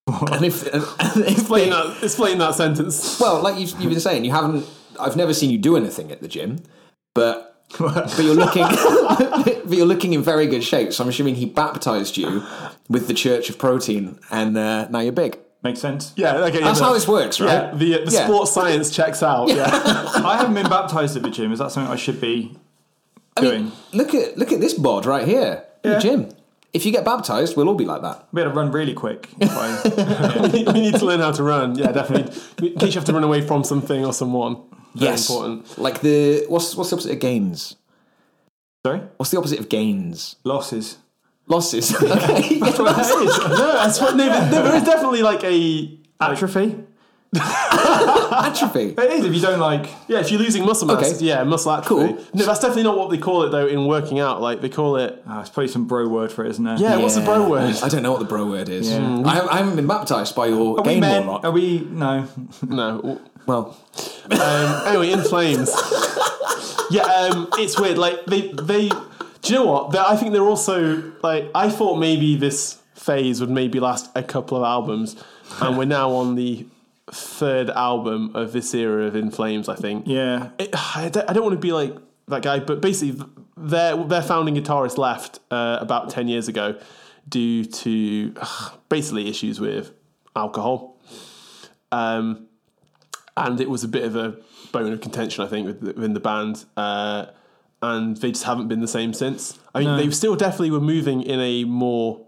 C: and if, and if they-
D: Explain that, explain that sentence.
C: well, like you've, you've been saying, you haven't. I've never seen you do anything at the gym, but
D: <laughs>
C: but you're looking <laughs> but you're looking in very good shape. So I'm assuming he baptized you with the Church of Protein, and uh, now you're big.
E: Makes sense.
D: Yeah, okay.
C: That's how this works, right?
D: Yeah, the, the
C: Yeah.
D: sports science checks out. Yeah. <laughs>
E: I haven't been baptized at the gym. Is that something I should be
C: I
E: doing?
C: mean, look at look at this bod right here, in the gym. If you get baptized, we'll all be like that.
E: we had to run really quick. if I-
D: we need to learn how to run. Yeah, definitely. In case you have to run away from something or someone. Very important.
C: Like the what's what's the opposite of gains?
E: Sorry?
C: What's the opposite of gains?
E: Losses.
D: <laughs>
C: Losses. <laughs> Okay.
D: It is. <laughs> No, that's what. No, but- no, there is definitely like a.
E: Atrophy?
C: Atrophy.
E: It is if you don't like.
D: Yeah, if you're losing muscle mass,
C: Okay.
D: yeah, muscle atrophy.
C: Cool.
D: No, that's definitely not what they call it though in working out. Like they call it.
E: Ah, it's probably some bro word for it, isn't it?
D: Yeah, what's the bro word? <laughs>
C: I don't know what the bro word is.
E: Yeah.
C: I, haven't, I haven't been baptized by your
E: Are we
C: game
E: men?
C: warlock.
E: Are we. No.
D: No.
C: Well,
D: Um, anyway, in flames. yeah, um, it's weird. Like they, they. Do you know what? They're, I think they're also like. I thought maybe this phase would maybe last a couple of albums, and we're now on the third album of this era of In Flames. I think.
E: Yeah.
D: it, I, don't, I don't want to be like that guy, but basically, their their founding guitarist left uh, about ten years ago due to ugh, basically issues with alcohol, um, and it was a bit of a bone of contention, I think, with- within the band, uh, and they just haven't been the same since. I mean, they still definitely were moving in a more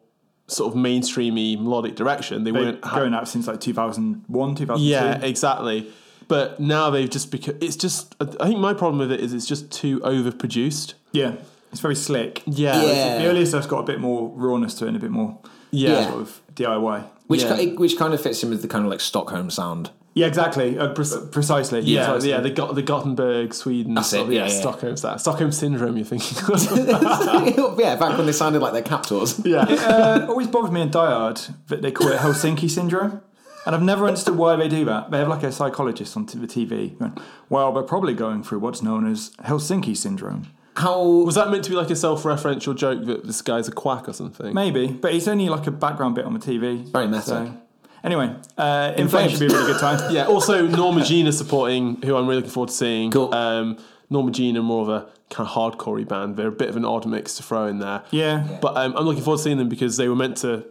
D: sort of mainstreamy melodic direction. They,
E: They've
D: weren't ha-
E: going out since like 2001, 2002.
D: yeah, exactly. But now they've just become. It's just. I think my problem with it is it's just too overproduced.
E: Yeah. It's very slick.
D: Yeah.
C: Yeah.
E: The earlier stuff's got a bit more rawness to it and a bit more
D: Yeah.
E: sort of DIY.
C: which
D: Yeah.
C: ki- which kind of fits in with the kind of like Stockholm sound. <laughs>
E: Yeah, exactly. Uh, pre- precisely.
D: Yeah,
E: Precisely.
D: yeah, the got the Gothenburg, Sweden,
C: That's it,
D: sort of,
C: yeah, yeah.
D: Stockholm, that Stockholm syndrome. You're thinking, of.
C: yeah, back when they sounded like their captors.
D: yeah,
E: uh, always bothered me in Die Hard that they call it Helsinki syndrome. And I've never understood why they do that. They have like a psychologist on t- the TV going, well, they're probably going through what's known as Helsinki syndrome.
C: How
D: <laughs> was that meant to be like a self-referential joke that this guy's a quack or something?
E: Maybe, but it's only like a background bit on the TV.
C: Very meta.
E: anyway, uh, in Flames
C: Flames.
E: should be a really good <laughs> time.
D: Yeah. Also, Norma Jean is supporting, who I'm really looking forward to seeing.
C: Cool.
D: Um, Norma Jean are more of a kind of hardcorey band. They're a bit of an odd mix to throw in there.
E: Yeah.
D: But um, I'm looking forward to seeing them because they were meant to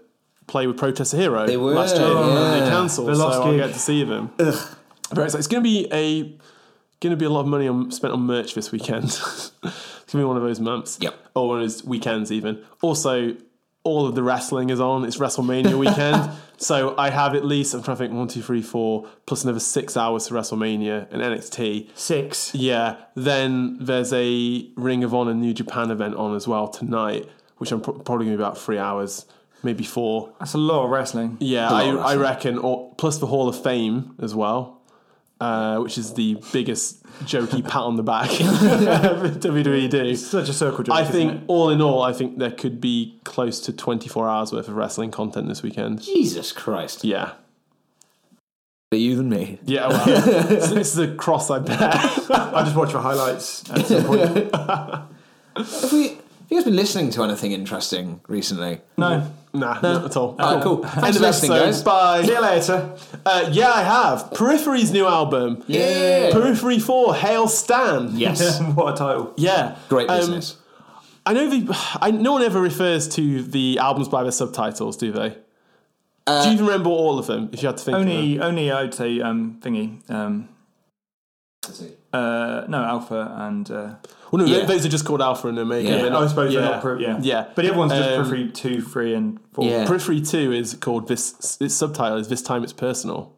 D: play with Protest Hero
C: They were,
D: last year. and
C: yeah.
D: They cancelled,
E: The
D: so
E: last
D: I'll
E: gig.
D: get to see them. Very excited. It's going to be a going to be a lot of money on, spent on merch this weekend. <laughs> it's going to be one of those months.
C: Yep.
D: Or one of those weekends even. Also, all of the wrestling is on. It's
C: <laughs>
D: WrestleMania weekend. so I have at least, I'm trying to think, one, two, three, four, plus another six hours to WrestleMania and NXT.
E: Six.
D: Yeah, then there's a Ring of Honor New Japan event on as well tonight, which I'm pro- probably going to be about three hours, maybe four.
E: That's a lot of wrestling.
D: Yeah,
C: lot
D: I,
C: of
D: I
C: wrestling.
D: reckon, or, plus the Hall of Fame as well, uh, which is the biggest jokey pat on the back <laughs> WWE E do.
E: Such a circle jerk.
D: I
E: isn't
D: think,
E: it?
D: all in all, I think there could be close to 24 hours worth of wrestling content this weekend.
C: Jesus Christ?
D: Yeah.
C: They're you than me.
D: Yeah,
C: <laughs>
D: well, so this is a cross I bear.
E: I'll just watch the highlights at some point.
C: Have we? Have you guys been listening to anything interesting recently?
E: no.
D: nah, not at all.
C: Oh, cool. Thanks
D: End
C: for
D: of
C: listening, guys.
D: episode. Bye.
E: See you <laughs> later.
D: Uh, yeah, I have. Periphery's new album.
C: Yeah.
D: Periphery 4, Hail Stan.
C: Yes.
E: what a title.
D: Yeah.
C: <laughs> Great
D: Um,
C: business.
D: I know the. <sighs> I, no one ever refers to the albums by their subtitles, do they? do
C: Uh,
D: you even remember all of them? If you had to think. of them?
E: Only, only I would say um, thingy. Um,
C: two.
E: Uh, no, Alpha and. Uh,
D: Well, no, th-
C: Yeah.
D: those are just called Alpha and Omega.
C: Yeah.
D: They're not-
E: I suppose
D: yeah.
E: they're not. Pre- yeah.
D: Yeah.
E: But the other one's just
D: Um,
E: Periphery 2, 3, and 4.
C: Yeah.
D: Periphery Two is called this. Its subtitle is "This Time It's Personal."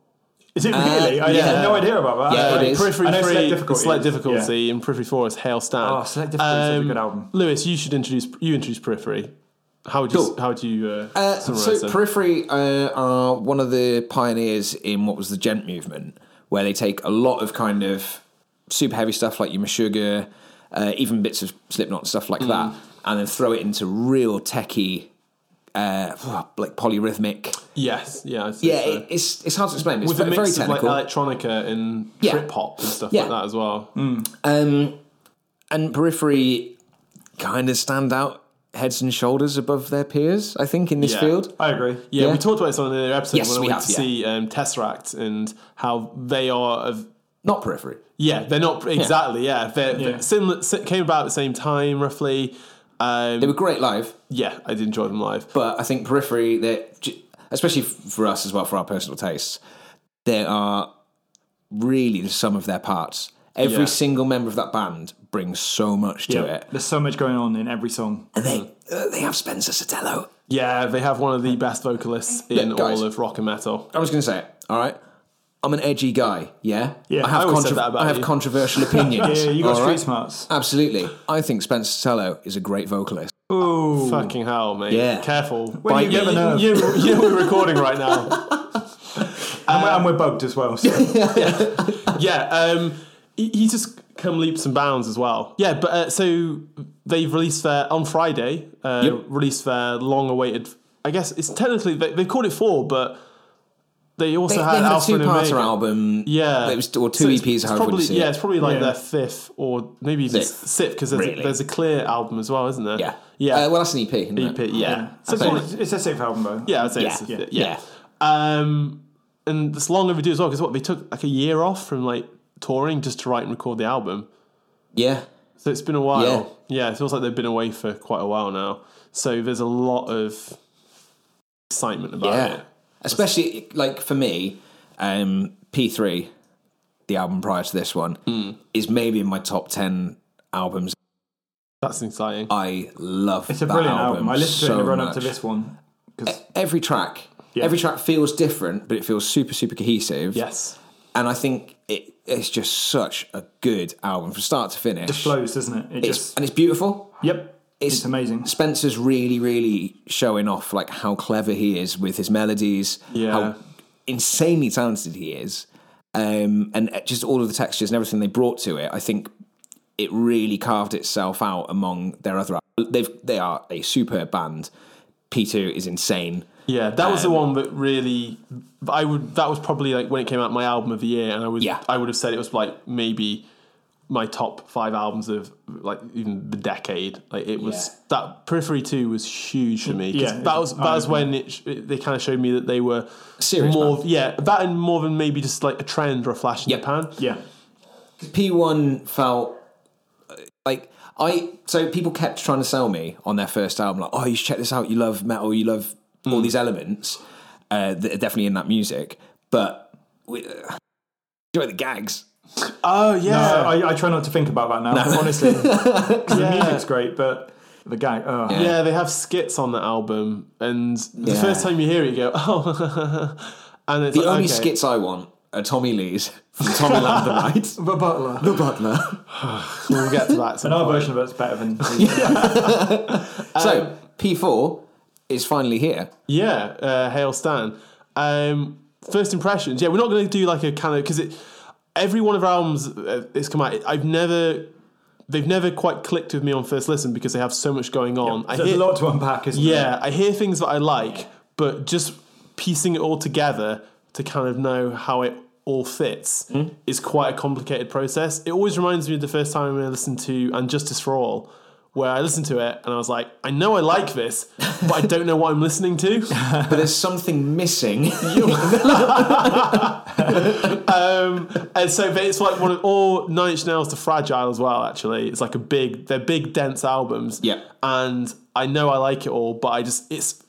E: Is it really? I
C: yeah.
E: had no idea about that.
C: Yeah, Uh, it
E: Like,
C: is.
D: Periphery
E: Uh, I know
D: Three,
E: Select
D: is
E: Difficulty.
D: Select Difficulty, and Periphery Four is Hail Stan. Um,
E: Oh, Select Difficulty is such a good album.
D: Lewis, you should introduce. You introduce Periphery. How would you?
C: Cool.
D: How would you? Uh,
C: Uh,
D: summarize
C: so
D: them?
C: Periphery uh, are one of the pioneers in what was the gent movement, where they take a lot of kind of super heavy stuff like your Meshuggah, uh, even bits of Slipknot stuff like that, and then throw it into real techie, uh, like polyrhythmic. Uh,
D: yes, yeah, I'd say
C: Yeah,
D: so.
C: it, it's it's hard to explain. But it's
D: with a
C: ve-
D: mix
C: very
D: of
C: technical.
D: like electronica and
C: Yeah.
D: trip hop and stuff
C: Yeah.
D: like that as well.
C: Um, and Periphery kind of stand out heads and shoulders above their peers, I think, in this
D: Yeah.
C: field.
E: I agree.
D: Yeah,
C: Yeah.
D: we talked about this on another episode
C: Yes,
D: when I
C: we
D: went
C: have,
D: to
C: yeah.
D: see um, Tesseract and how they are of
C: Not Periphery.
D: yeah they're not exactly yeah they're, they're
E: Yeah.
D: similar si- came about at the same time roughly.
C: They
D: Um,
C: were great live.
D: yeah, I did enjoy them live.
C: but I think periphery that especially f- for us as well for our personal tastes they are really the sum of their parts every
D: Yeah.
C: single member of that band brings so much to
E: Yeah.
C: it
E: There's so much going on in every song.
C: and they
D: Mm-hmm.
C: uh, they have Spencer Sotelo
D: Yeah, they have one of the best vocalists in
C: Look, guys.
D: all of rock and metal.
C: I was going to say it alright I'm an edgy guy yeah,
E: Yeah,
C: I have,
D: I always said that about
C: I have
D: you. <laughs>
C: controversial opinions
E: Yeah, you got
C: all
E: street
C: right?
E: smarts.
C: absolutely I think Spencer Sotelo is a great vocalist
E: Ooh.
D: Fucking hell, mate.
C: Yeah.
D: Careful.
E: When you
D: Bite-
E: get the nerve.
D: you, you, you know we're recording
C: <laughs>
D: right now.
E: and, we're, and we're bugged as <laughs> well. So.
D: Yeah. Um, he- he's just come leaps and bounds as well. Yeah, but uh, so they've released their, on Friday, uh,
C: Yep.
D: released their long awaited, I guess it's technically, they, they've called it four, but they also
C: they, they
D: had,
C: had a
D: Alpha and
C: two-parter
D: Omega.
C: album
D: Yeah,
C: it was, or
D: So
C: two
D: it's-
C: EPs
D: It's
C: however
D: probably,
C: you see
D: yeah,
C: it
D: it's probably like
E: Yeah.
D: their fifth or maybe even
C: Sixth,
D: sixth because there's,
C: really.
D: a, there's a clear album as well, isn't there?
C: yeah
D: yeah.
C: Uh, well that's an EP isn't
D: EP,
C: it?
D: yeah. So
E: It's,
D: it's
E: all-
D: probably-
E: it's a safe album, though.
D: yeah, I'd say
C: Yeah.
D: it's a-
C: Yeah.
D: yeah. Um, and it's long overdue as well because what they took like a year off from like touring just to write and record the album.
C: yeah
D: So it's been a while. Yeah, it feels like they've been away for quite a while now. So there's a lot of excitement
E: Oh,
D: about
C: yeah.
D: it.
C: Especially like for me, um, P3, the album prior to this one,
E: Hmm.
C: is maybe in my top ten albums.
D: That's exciting.
C: I love
E: It's a brilliant album. I listened to it in the run up to
C: this.
E: this one. Because
C: E, Every track, every track feels different, but it feels super, super cohesive.
D: yes.
C: and I think it, it's just such a good album from start to finish.
E: flows, doesn't it? It
C: It's-
E: just.
C: and it's beautiful.
E: Yep. It's, amazing.
C: Spencer's really, really showing off like how clever he is with his melodies,
D: Yeah.
C: how insanely talented he is, um, and just all of the textures and everything they brought to it. I think it really carved itself out among their other. They've they are a superb band. P two is insane.
D: Yeah, that was the
C: Um,
D: one that really I would that was probably like when it came out my album of the year and I was
C: Yeah.
D: I would have said it was like maybe my top 5 albums of like even the decade. Like it was
C: Yeah.
D: that Periphery 2 was huge for me 'cause
E: Yeah,
D: that
E: it-
D: was that
E: I
D: was when it, sh- it- they kind of showed me that they were
C: Serious
D: more
C: band.
D: yeah, that and more than maybe just like a trend or a flash in
C: Yep.
D: the pan.
E: Yeah.
C: P one felt uh, like I so people kept trying to sell me on their first album like oh you should check this out you love metal you love all these elements uh, that are definitely in that music but we, uh, enjoy the gags
D: Oh yeah.
E: So I, I try not to think about that now, honestly. 'Cause the music's great, but the gang. Oh.
C: Yeah.
D: Yeah, they have skits on that album, and the
C: Yeah.
D: first time you hear it, you go, <laughs> "Oh," and it's
C: the
D: like,
C: only
D: okay.
C: skits I want are Tommy <laughs> Lee's from Tommy Land the <laughs> Night
E: The Butler.
C: the Butler
D: We'll get to
C: <laughs>
D: that. at some
E: Another
D: point.
E: version of it's better than.
C: so P four is finally here
D: Yeah, uh, Hail Stan. Um, first impressions. Yeah, we're not going to do like a kind of because it. Every one of our albums uh, that's come out, I've never, they've never quite clicked with me on first listen because they have so much going on. I
E: There's
D: hear-
E: a lot to unpack, isn't there?
D: yeah, I hear things that I like, but just piecing it all together to kind of know how it all fits
E: Hmm?
D: is quite a complicated process. It always reminds me of the first time I listened to And Justice for All, where I listened to it and I was like, I know I like this, but I don't know what I'm listening
E: <laughs>
D: to.
C: but there's something <laughs> missing
D: And so but it's like one of all Nine Inch Nails to Fragile as well. Actually, it's like a big, they're big dense albums.
C: Yeah.
D: and I know I like it all, but I just it's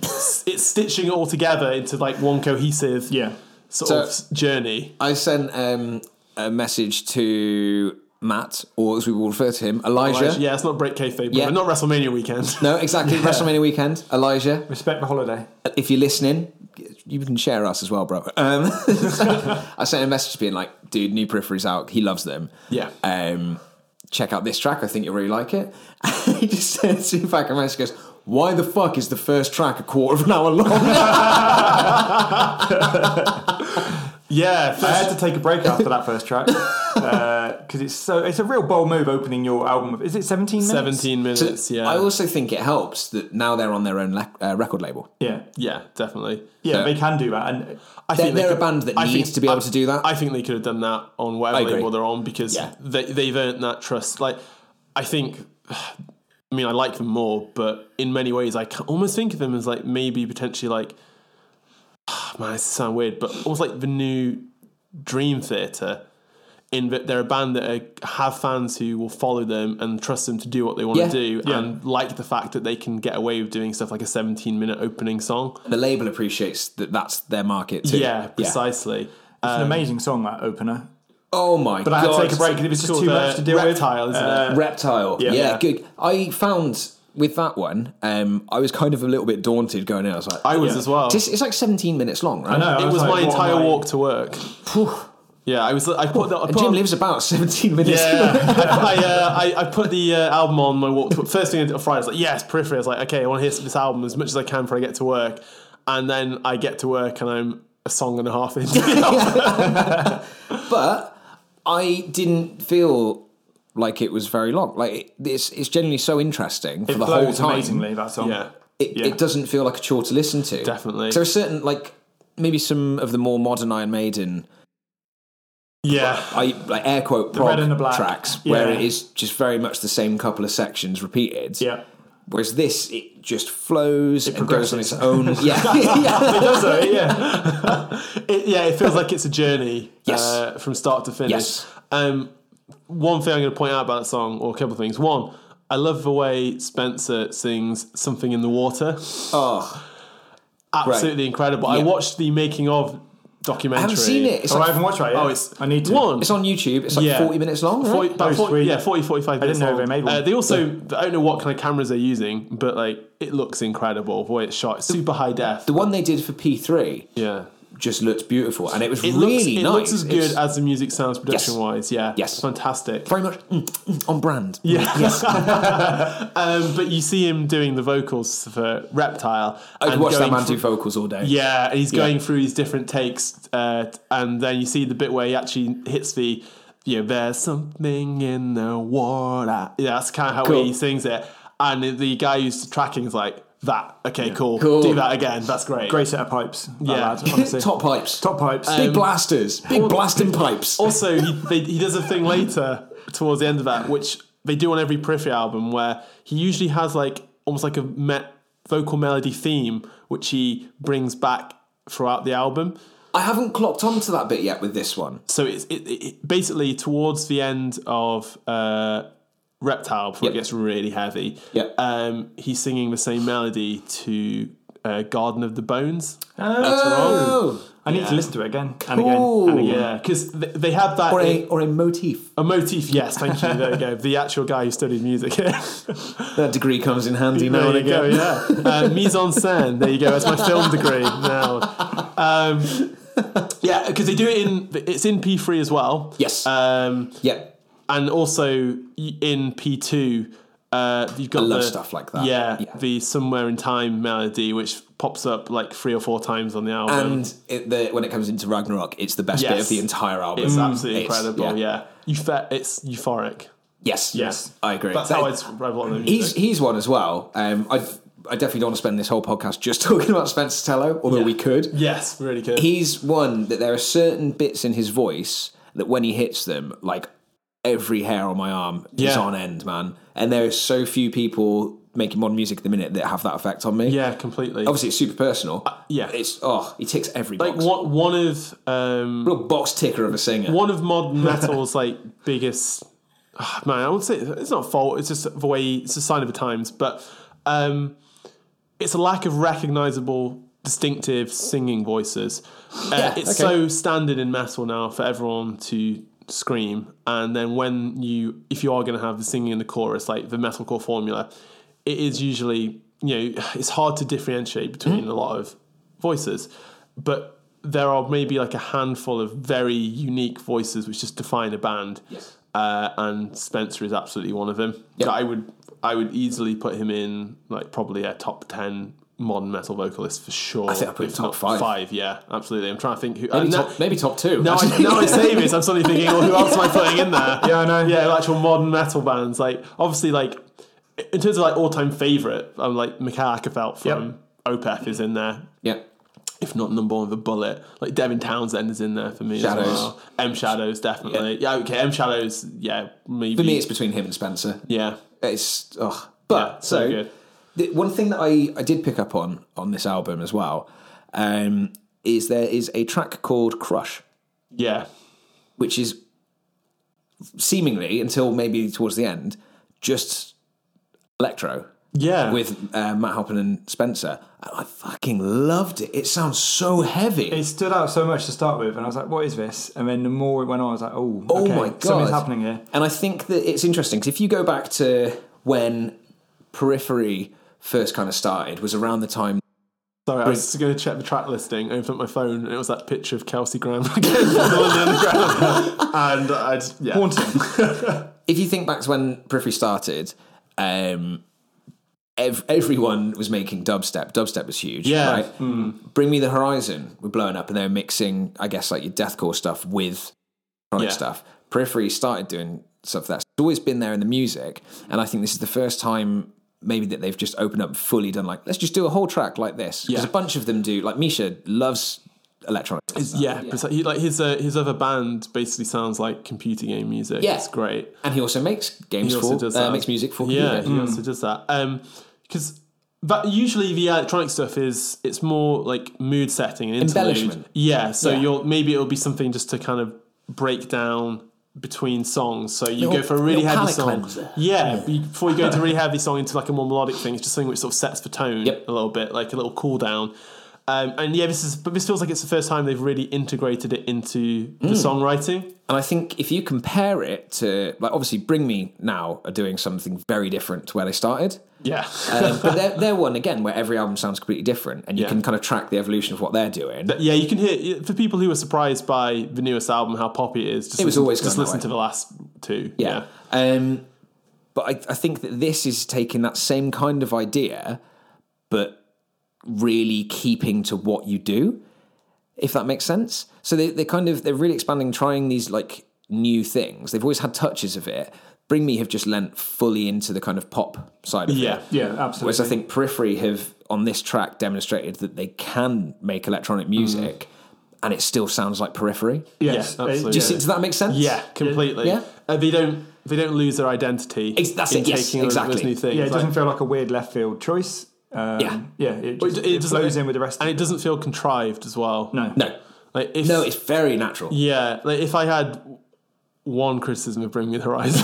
D: it's stitching it all together into like one cohesive
E: Yeah.
D: sort
C: So-
D: of s- journey.
C: I sent um, uh, a message to Matt, or as we will refer to him, Elijah.
D: Yeah, it's not break kayfabe,
C: Yeah.
D: but not WrestleMania weekend. <laughs>
C: No, exactly. WrestleMania weekend, Elijah.
E: Respect the holiday.
C: If you're listening, you can share us as well, bro. Um, <laughs> I sent a message being like, "Dude, new peripheries out. He loves them.
D: Yeah.
C: Um, check out this track. I think you'll really like it." <laughs> he just sends me back a message. Goes, "Why the fuck is the first track a quarter of an hour
E: <laughs>
C: long?"
D: Yeah,
E: I
D: first-
E: had to take a break after that first track because it's so it's a real bold move opening your album. with- Is it seventeen minutes?
D: 17 minutes. yeah.
C: I also think it helps that now they're on their own le- uh, record label.
E: Yeah,
D: yeah, definitely.
E: yeah,
C: Yeah.
E: they can do that, and
D: I
C: They're,
D: they
C: they're a
D: could-
C: band that
D: I
C: needs
D: think-
C: to be able to
D: I-
C: do that.
D: I think they could have done that on
C: I
D: whatever
C: agree.
D: label they're on because
C: Yeah.
D: they, they've earned that trust. Like, I think, <sighs> I mean, I like them more, but in many ways, I can almost think of them as like maybe potentially like, <sighs> man, it sound weird, but almost like the new Dream Theater. In that they're a band that are, have fans who will follow them and trust them to do what they want
C: Yeah.
D: to do,
E: Yeah.
D: and like the fact that they can get away with doing stuff like a 17 minute opening song.
C: the label appreciates that that's their market too.
D: Yeah, precisely.
E: it's an amazing song that opener.
C: Oh my
E: But I
C: god!
E: had to take a break. 'cause It was just
D: called,
E: too
D: uh,
E: much to deal
D: Reptile,
E: with. Uh,
D: isn't it?
C: Reptile. Yeah.
E: Yeah.
C: good. I found with that one, um, I was kind of a little bit daunted going in. I was like,
D: I was
E: Yeah.
D: as well.
C: Just- it's like 17 minutes long, right?
E: I know, I
D: it was
E: Uh, like,
D: my
E: what am
D: entire
E: I-
D: walk to work. Yeah, I was. I put that. I
C: And
D: put
C: Jim
D: on-
C: lives about <laughs> 17 minutes.
D: Yeah, I, I, uh, I, I put the uh, album on my walk. To, first thing I did on Friday, I was like, "Yes, Periphery." I was like, "Okay, I want to hear this album as much as I can before I get to work." And then I get to work, and I'm a song and a half
C: <laughs>
D: into the album.
C: <laughs> but I didn't feel like it was very long. Like it, it's, it's generally so interesting for
E: It
C: the whole
E: flows
C: time.
E: amazingly that song.
D: yeah,
C: It,
E: Yeah.
C: it doesn't feel like a chore to listen to.
D: Definitely.
C: There are certain like maybe some of the more modern Iron Maiden
D: yeah,
C: I like air quote prog
E: red and the black.
C: tracks where
E: Yeah.
C: it is just very much the same couple of sections repeated.
E: Yeah.
C: Whereas this, it just flows and goes on
E: progresses.
C: its own.
D: <laughs>
C: yeah. <laughs> yeah.
E: So, yeah,
C: <laughs>
D: it, yeah. It feels like it's a journey.
C: Yes.
D: uh, from start to finish.
C: Yes.
D: Um, one thing I'm going to point out about that song, or a couple of things. One, I love the way Spencer sings "Something in the Water."
C: Oh,
D: absolutely incredible. I
C: Yeah.
D: watched the making of documentary.
C: I haven't seen it. It's
E: oh, I
C: like
E: haven't watched that yet.
D: Oh, it's
E: I need to.
D: one.
C: it's on YouTube. It's like
D: Yeah.
C: 40 minutes long. right?
D: 40, about
E: Oh,
D: 40
E: sweet.
D: yeah, 40, 45 minutes.
E: didn't know
D: long.
E: they made one.
D: Uh, they also, I don't know what kind of cameras they're using, but like it looks incredible. The way it's shot, it's super high def.
C: The one they did for P3
D: yeah.
C: just looked beautiful and it was
D: It
C: really
D: looks, it
C: nice.
D: looks as good
C: It's
D: as the music sounds production wise. Yeah.
C: Yes.
D: Fantastic.
C: very much mm, mm, on brand.
D: Yeah. <laughs> um, but you see him doing the vocals for Reptile.
C: I could watch that
D: going
C: man do
D: through-
C: vocals all day. <laughs>
D: <laughs> Yeah, and he's going through his different takes, uh, t- and then you see the bit where he actually hits the, you know, there's something in the water. Yeah, that's kind of how
C: Cool.
D: he sings it. And the guy who's tracking is like, that, okay, cool.
C: Cool.
D: Do that again. That's great.
E: Great set of pipes. That
D: Yeah.
E: lad,
C: <laughs>
E: honestly.
C: Top pipes.
E: Top pipes.
D: Um,
C: Big blasters. Big
D: <laughs>
C: blasting pipes.
D: Also, he, they, he does a thing later towards the end of that, which they do on every Periphery album, where he usually has like almost like a me- vocal melody theme, which he brings back throughout the album.
C: I haven't clocked onto that bit yet with this one.
D: so it's it, it, it- basically towards the end of uh, Reptile before
C: Yep.
D: it gets really heavy.
C: Yep.
D: Um, he's singing the same melody to uh, Garden of the Bones.
C: Oh.
E: I need to listen to it again and again
C: Cool.
E: and again.
D: Yeah, because th- they had that
C: Or a, or a motif.
D: a motif. Yes, thank you. There you go. The actual guy who studied music. <laughs>
C: That degree comes in handy now
D: there
C: and
D: you go.
C: again.
D: Yeah, uh, mise en scène. There you go. That's my film degree now. Um, yeah, because they do it in. It's in P three as well.
C: Yes.
D: Um,
C: <laughs> yeah.
D: and also y- in P2, uh, you've got
C: I love
D: the-
C: stuff like that.
D: Yeah,
C: Yeah.
D: the "Somewhere in Time" melody, which pops up like three or four times on the album.
C: And it, the, when it comes into Ragnarok, it's the best bit
D: Yes.
C: of the entire album.
D: it's absolutely
C: mm, It's-
D: incredible. yeah, Euph- it's euphoric.
C: Yes.
E: Yes.
C: I agree.
D: That's
C: That-
D: how I describe a lot of the
C: he's
D: music.
C: he's one as well. Um, I I definitely don't want to spend this whole podcast just <laughs> talking about Spencer Tello, although we could.
D: yes, really good.
C: He's one that there are certain bits in his voice that when he hits them, like every hair on my arm is
D: Yeah.
C: on end, man. And there are so few people making modern music at the minute that have that effect on me.
D: yeah, completely.
C: Obviously, it's super personal.
D: yeah.
C: It's oh, he ticks every
D: like
C: box.
D: one, one of um,
C: Real box ticker of a singer.
D: one of modern metal's like biggest Ah, man i would say it's not fault it's just the way it's a sign of the times but um it's a lack of recognizable distinctive singing voices uh, it's
C: okay.
D: so standard in metal now for everyone to scream, and then when you, if you are going to have the singing in the chorus, like the metalcore formula, it is usually you know it's hard to differentiate between a lot of voices, but there are maybe like a handful of very unique voices which just define a band.
C: Yes.
D: Uh, and Spencer is absolutely one of them.
C: Yep.
D: I would I would easily put him in like probably a top ten modern metal vocalist for sure. I
C: think I'd put him top five.
D: Five, yeah, absolutely. I'm trying to think who.
C: Maybe,
D: uh, no-
C: top, maybe top two.
D: now I,
C: actually.
D: now I say this, I'm suddenly thinking, well, who else am I putting in there?
E: Yeah, I know.
D: Yeah, like actual modern metal bands. Like, obviously, like, in terms of like all time favourite, I'm like Mikhail Ackerfeld
E: Yep.
D: from Opeth is in there,
C: <laughs> yeah.
D: if not number one with a bullet. Like, Devin Townsend is in there for me
C: Shadows.
D: as well. M Shadows, definitely. Yeah, okay, M Shadows, yeah, maybe.
C: For me, it's between him and Spencer.
D: yeah.
C: It's oh, but
D: Yeah, so
C: so,
D: good.
C: the, one thing that I I did pick up on on this album as well um, is there is a track called Crush,
D: Yeah.
C: which is seemingly until maybe towards the end just electro
D: Yeah.
C: with uh, Matt Halpin and Spencer. And I fucking loved it. It sounds so heavy.
E: It stood out so much to start with, and I was like, "What is this?" And then the more it went on, I was like, "Oh,
C: Oh
E: okay,
C: my god,
E: something's happening here."
C: And I think that it's interesting because if you go back to when Periphery first kind of started, was around the time.
D: Sorry, I was just going to check the track listing. I opened up my phone and it was that picture of Kelsey Graham <laughs> again. with all the underground. and I just, yeah.
E: Haunting.
C: If you think back to when Periphery started, um, ev- everyone was making dubstep. Dubstep was huge.
D: Yeah. Hmm.
C: Right? Bring Me the Horizon were blowing up, and they were mixing, I guess, like your deathcore stuff with electronic
D: Yeah.
C: stuff. Periphery started doing stuff that's always been there in the music, and I think this is the first time maybe that they've just opened up and fully done like let's just do a whole track like this because
D: Yeah.
C: a bunch of them do. Like Misha loves electronic.
D: His- yeah, preci- he, like his uh, his other band basically sounds like computer game music.
C: Yeah.
D: it's great.
C: and he also makes games
D: He
C: for
D: also does
C: uh,
D: that.
C: makes music for Hmm.
D: yeah,
C: computer.
D: he also does that. Because that usually the electronic stuff is it's more like mood setting and interlude.
C: Embellishment.
D: Yeah, so
C: Yeah.
D: you'll maybe it'll be something just to kind of break down between songs. So you
C: Little-
D: go for a really
C: little
D: heavy
C: palate
D: song.
C: cleanser.
D: Yeah, be- before you go
C: <laughs>
D: into a really heavy song into like a more melodic thing, it's just something which sort of sets the tone
C: Yep.
D: a little bit, like a little cool down. Um, and yeah, this is but this feels like it's the first time they've really integrated it into
C: Hmm.
D: the songwriting.
C: And I think if you compare it to like obviously Bring Me now are doing something very different to where they started.
D: <laughs> Yeah.
C: Um, but they're, they're one again where every album sounds completely different, and you
D: Yeah.
C: can kind of track the evolution of what they're doing.
D: Yeah, you can hear for people who were surprised by the newest album how poppy it is. Just
C: It was
D: listen-
C: always going
D: just
C: that
D: listen
C: way.
D: to the last two.
C: yeah. Um, but I, I think that this is taking that same kind of idea, but really keeping to what you do, if that makes sense. So they, they're kind of they're really expanding, trying these like new things. They've always had touches of it. Bring Me have just lent fully into the kind of pop side of it.
D: yeah,
E: Yeah, uh, absolutely.
C: Whereas I think Periphery have on this track demonstrated that they can make electronic music, and it still sounds like Periphery.
E: yes,
D: Mm. Yeah,
E: it-
D: absolutely.
C: Does, does that make sense?
D: yeah, completely.
C: Yeah.
D: Uh, they don't they don't lose their identity.
C: Ex- that's
D: in
C: it, yes,
D: taking on
C: exactly.
D: those new things.
E: yeah, it
D: Like,
E: doesn't feel like a weird left field choice. Um,
C: Yeah.
E: yeah, it, just, it,
D: doesn't-
E: flows in with the rest.
D: and
E: of
D: it doesn't feel contrived as well.
E: No.
C: No.
D: like if
C: No, it's very natural.
D: yeah, like if I had one criticism of Bring Me the Horizon,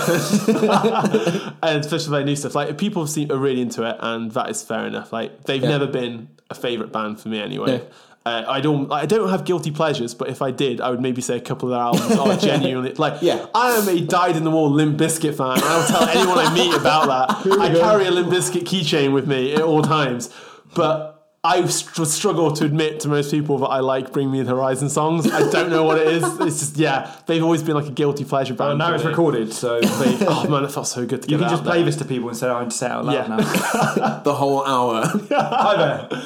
D: and especially their new stuff, like people seem are really into it, and that is fair enough. Like they've never been a favorite band for me anyway.
C: Yeah.
D: Uh, I don't. I don't have guilty pleasures, but if I did, I would maybe say a couple of their albums
E: <laughs>
D: are genuinely like.
C: Yeah.
D: I am a died-in-the-wall Limp Biscuit fan. and I'll tell anyone I meet
E: <laughs>
D: about that. I carry a Limp Biscuit keychain with me at all times, but I str- struggle to admit to most people that I like Bring Me the Horizon songs. I don't know what it is. It's just yeah, they've always been like a guilty pleasure band.
E: now
D: for
E: it's
D: me.
E: recorded, so please.
D: Oh man, it felt so good to get
E: you can
D: that
E: just
D: out
E: play
D: there.
E: this to people and say, "Oh, "I just say it out loud
D: Yeah.
E: now." <laughs>
C: The whole hour. <laughs>
E: Hi there.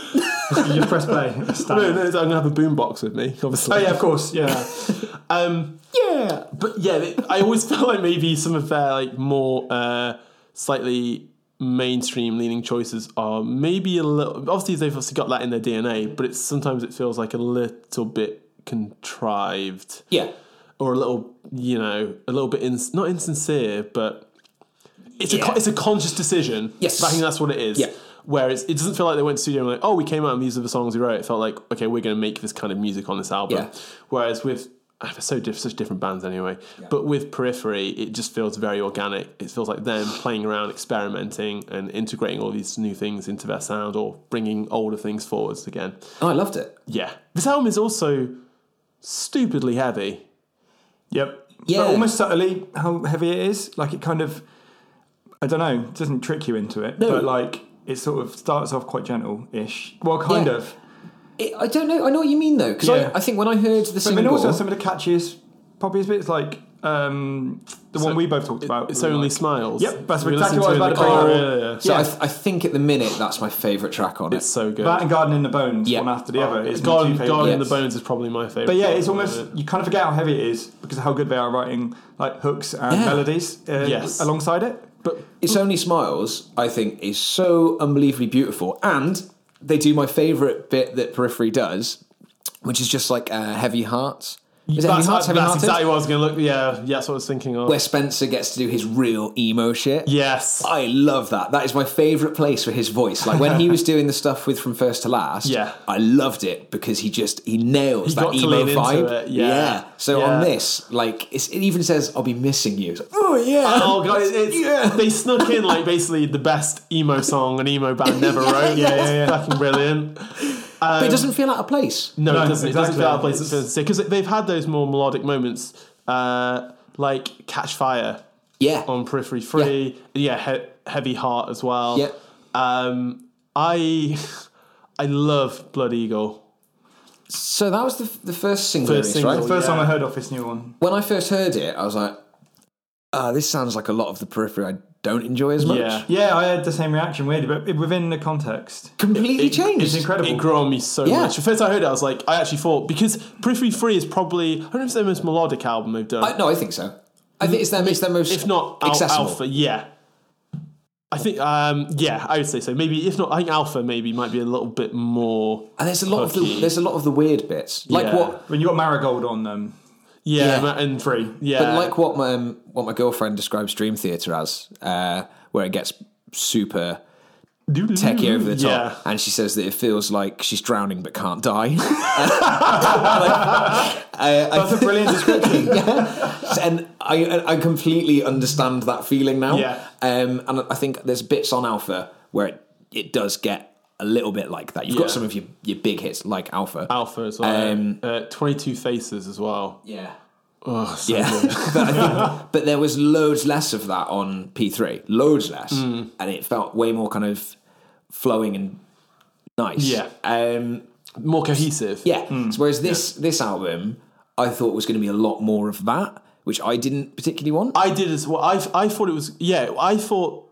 E: you just press play.
D: No,
E: Stand.
D: no, I'm gonna have a boombox with me, obviously. Um,
E: Oh yeah, of course. Yeah,
D: yeah. But yeah, they- I always <laughs> felt like maybe some of their like more uh, slightly mainstream leaning choices are maybe a little. Obviously, they've obviously got that in their DNA, but it's sometimes it feels like a little bit contrived
C: Yeah.
D: or a little, you know, a little bit in, not insincere, but it's a
C: Yeah.
D: a it's a conscious decision.
C: Yes.
D: I think that's what it is.
C: Yeah.
D: Whereas it doesn't feel like they went to the studio and were like, oh, we came out and these are the songs we wrote. It felt like, okay, we're going to make this kind of music on this album.
C: Yeah.
D: Whereas with ah, they're so diff- such different bands anyway, but with Periphery, it just feels very organic. It feels like them playing around, experimenting, and integrating all these new things into their sound or bringing older things forwards again.
C: And Oh, I loved it.
D: Yeah, this album is also stupidly heavy.
E: yep.
C: Yeah.
E: But almost subtly how heavy it is. Like it kind of, I don't know, it doesn't trick you into it, but like it sort of starts off quite gentle ish. Well, kind
C: Yeah.
E: of.
C: It- I don't know. I know what you mean though, because
E: Yeah.
C: I, I think when I heard the
E: But
C: single,
E: then also some of the catchiest, poppiest bits, like um, the one we both talked about.
D: It's
E: we
D: only
E: like.
D: smiles.
E: Yep, that's
D: We
E: exactly
D: listened
E: what I was
D: to it
E: about to
D: in
E: bring
D: the car.
E: up.
D: Yeah, yeah.
C: so
E: yeah.
C: I, th- I think at the minute that's my favourite track on
D: It's so good.
E: That and Garden in the Bones,
C: Yeah.
E: one after the other. Is
D: Garden,
E: my two
D: Garden
E: favourite.
D: in the
C: Yes.
D: Bones is probably my favourite.
E: But yeah,
D: song
E: it's
D: at the
E: almost
D: minute.
E: you kind of forget how heavy it is because of how good they are writing like hooks and
C: Yeah.
E: melodies uh,
D: Yes.
E: alongside it.
D: But
C: It's Only Smiles, I think, is so unbelievably beautiful. And they do my favourite bit that Periphery does, which is just like uh, Heavy Hearts. Is it Heavy
D: that's,
C: Hearts? Heavy
D: that's
C: Hearted?
D: exactly what I was going to look. Yeah, yeah, that's what I was thinking of.
C: Where Spencer gets to do his real emo shit.
D: <laughs> Yes.
C: I love that. That is my favourite place for his voice. Like
D: <laughs>
C: when he was doing the stuff with From First to Last,
D: Yeah.
C: I loved it because he just he nails
D: He
C: that
D: got to
C: emo
D: lean into
C: vibe.
D: it, yeah.
C: So
D: Yeah.
C: on this, like it's, it even says, "I'll be missing you." It's like, oh yeah.
D: Oh god, it's, it's- <laughs> they snuck in like basically the best emo song an emo <laughs> band never wrote. Yeah, yeah, yeah. fucking brilliant.
C: but
D: um,
C: it doesn't feel out of place.
D: No,
E: No,
D: it doesn't. It doesn't
E: exactly.
D: feel out of place. It feels because they've had those more melodic moments, uh, like Catch Fire
C: Yeah.
D: on Periphery Three. Yeah, he- Heavy Heart as well.
C: Yeah.
D: Um, I <laughs> I love Blood Eagle.
C: So that was the, the first single,
D: First
C: release, right?
D: single.
E: First
D: Oh, Yeah.
E: time I heard of this new one.
C: When I first heard it, I was like, uh, "This sounds like a lot of the periphery I don't enjoy as much."
D: Yeah.
E: Yeah, I had the same reaction weirdly, but it- within the context.
C: Completely changed.
E: It's incredible.
D: It grew on me so
C: Yeah.
D: much. The first I heard it, I was like, I actually thought because Periphery Three is probably I don't know if it's their most melodic album they've done.
C: I, no, I think so. I think it's their, it's their most
D: if not al-
C: accessible.
D: alpha yeah i think um yeah i would say so maybe if not i think alpha maybe might be a little bit more
C: And there's a lot of the
D: Hooky.
C: there's a lot of the weird bits, like
D: Yeah.
C: what,
E: When you got Marigold on um, them,
D: yeah,
C: Yeah.
D: and free yeah
C: but like what my um, what my girlfriend describes Dream Theater as, uh, where it gets super techie over
D: <laughs>
C: the top,
D: yeah
C: and she says that it feels like she's drowning but can't die. <laughs> uh,
E: that's a
C: <laughs>
E: brilliant description.
C: and I I completely understand that feeling now.
D: Yeah.
C: Um, and I think there's bits on Alpha where it, it does get a little bit like that. You've
D: Yeah.
C: got some of your, your big hits like Alpha.
D: alpha as well
C: Um,
D: uh, 22 faces as well
C: Yeah.
D: oh so
C: Yeah. but, I
D: <laughs>
C: think, but there was loads less of that on P3, loads less.
D: Mm.
C: And it felt way more kind of flowing and nice.
D: Yeah. Mm.
C: Um,
D: more cohesive
C: yeah. So whereas this, this album, I thought was going to be a lot more of that, which I didn't particularly want.
D: I did as well. I, I thought it was yeah. I thought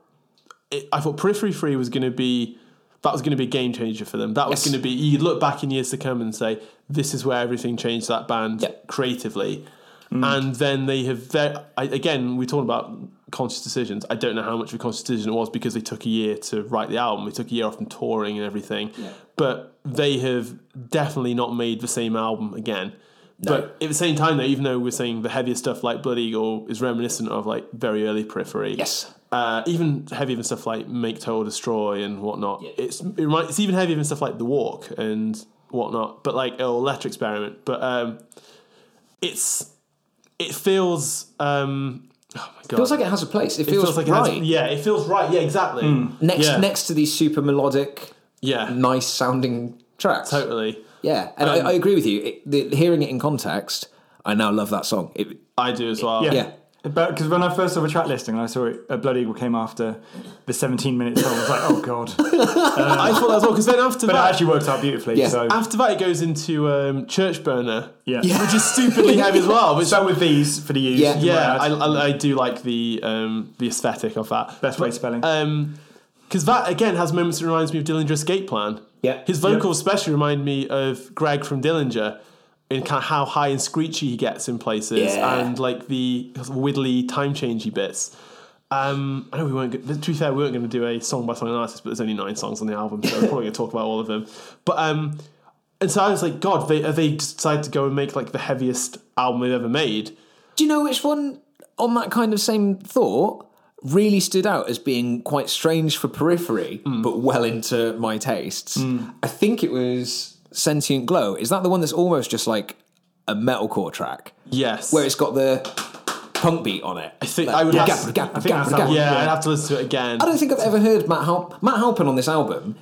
D: it, I thought Periphery Free was going to be that was going to be a game changer for them. That was
C: Yes.
D: going to be you look back in years to come and say this is where everything changed that band
C: Yeah. Mm.
D: creatively. And then they have ve- I, again we talking about conscious decisions. I don't know how much of a conscious decision it was because they took a year to write the album. They took a year off from touring and everything. But they have definitely not made the same album again. But at the same time, though, even though we're saying the heavier stuff like Blood Eagle is reminiscent of like very early Periphery,
C: Yes.
D: uh, even heavier than stuff like Make Total Destroy and whatnot. It's it remind, it's even heavier than stuff like The Walk and whatnot. But like oh, Electric Experiment, but um, it's it feels um, oh my god,
C: It feels like it has a place. It feels, like
D: it
C: right. Hmm.
D: has- yeah, it feels right. Yeah, exactly.
C: next
D: Yeah.
C: next to these super melodic,
D: Yeah,
C: nice sounding tracks.
D: totally.
C: Yeah, and
D: Um,
C: I, I agree with you. It, the, hearing it in context, I now love that song. It,
D: I do as well.
C: yeah,
E: But because when I first saw the track listing and I saw it, uh, Blood Eagle came after the 17 minutes, I was like, oh god.
D: Uh, I thought that as well because then after
E: But it
D: that,
E: actually worked out beautifully.
C: Yeah.
E: So
D: after that it goes into um, Church Burner,
E: yeah.
D: which is stupidly heavy as
C: <laughs>
D: well. Which
E: Start with these for the use.
C: Yeah.
D: yeah,
E: Whereas-
D: I, I, I do like the um, the aesthetic of that.
E: Best way of spelling.
D: Um 'cause because that again has moments that reminds me of Dillinger Escape Plan.
C: Yeah.
D: his vocals especially remind me of Greg from Dillinger. In kind of how high and screechy he gets in places,
C: Yeah.
D: and like the widdly time changey bits. Um, I know we weren't. go- To be fair, we weren't going to do a song by song analysis, but there's only nine songs on the album, so we're probably going to talk about all of them. But um, and so I was like, God, they they decided to go and make like the heaviest album they've ever made.
C: Do you know which one on that kind of same thought really stood out as being quite strange for periphery,
D: Mm.
C: but well into my tastes? I think it was Sentient Glow. Is that the one that's almost just like a metalcore track
D: Yes,
C: where it's got the punk beat on it? I
D: think I would have to-
E: I think that's that one.
D: Yeah, I'd have to listen to it again.
C: I don't think I've ever heard Matt Hal- Matt Halpin on this album.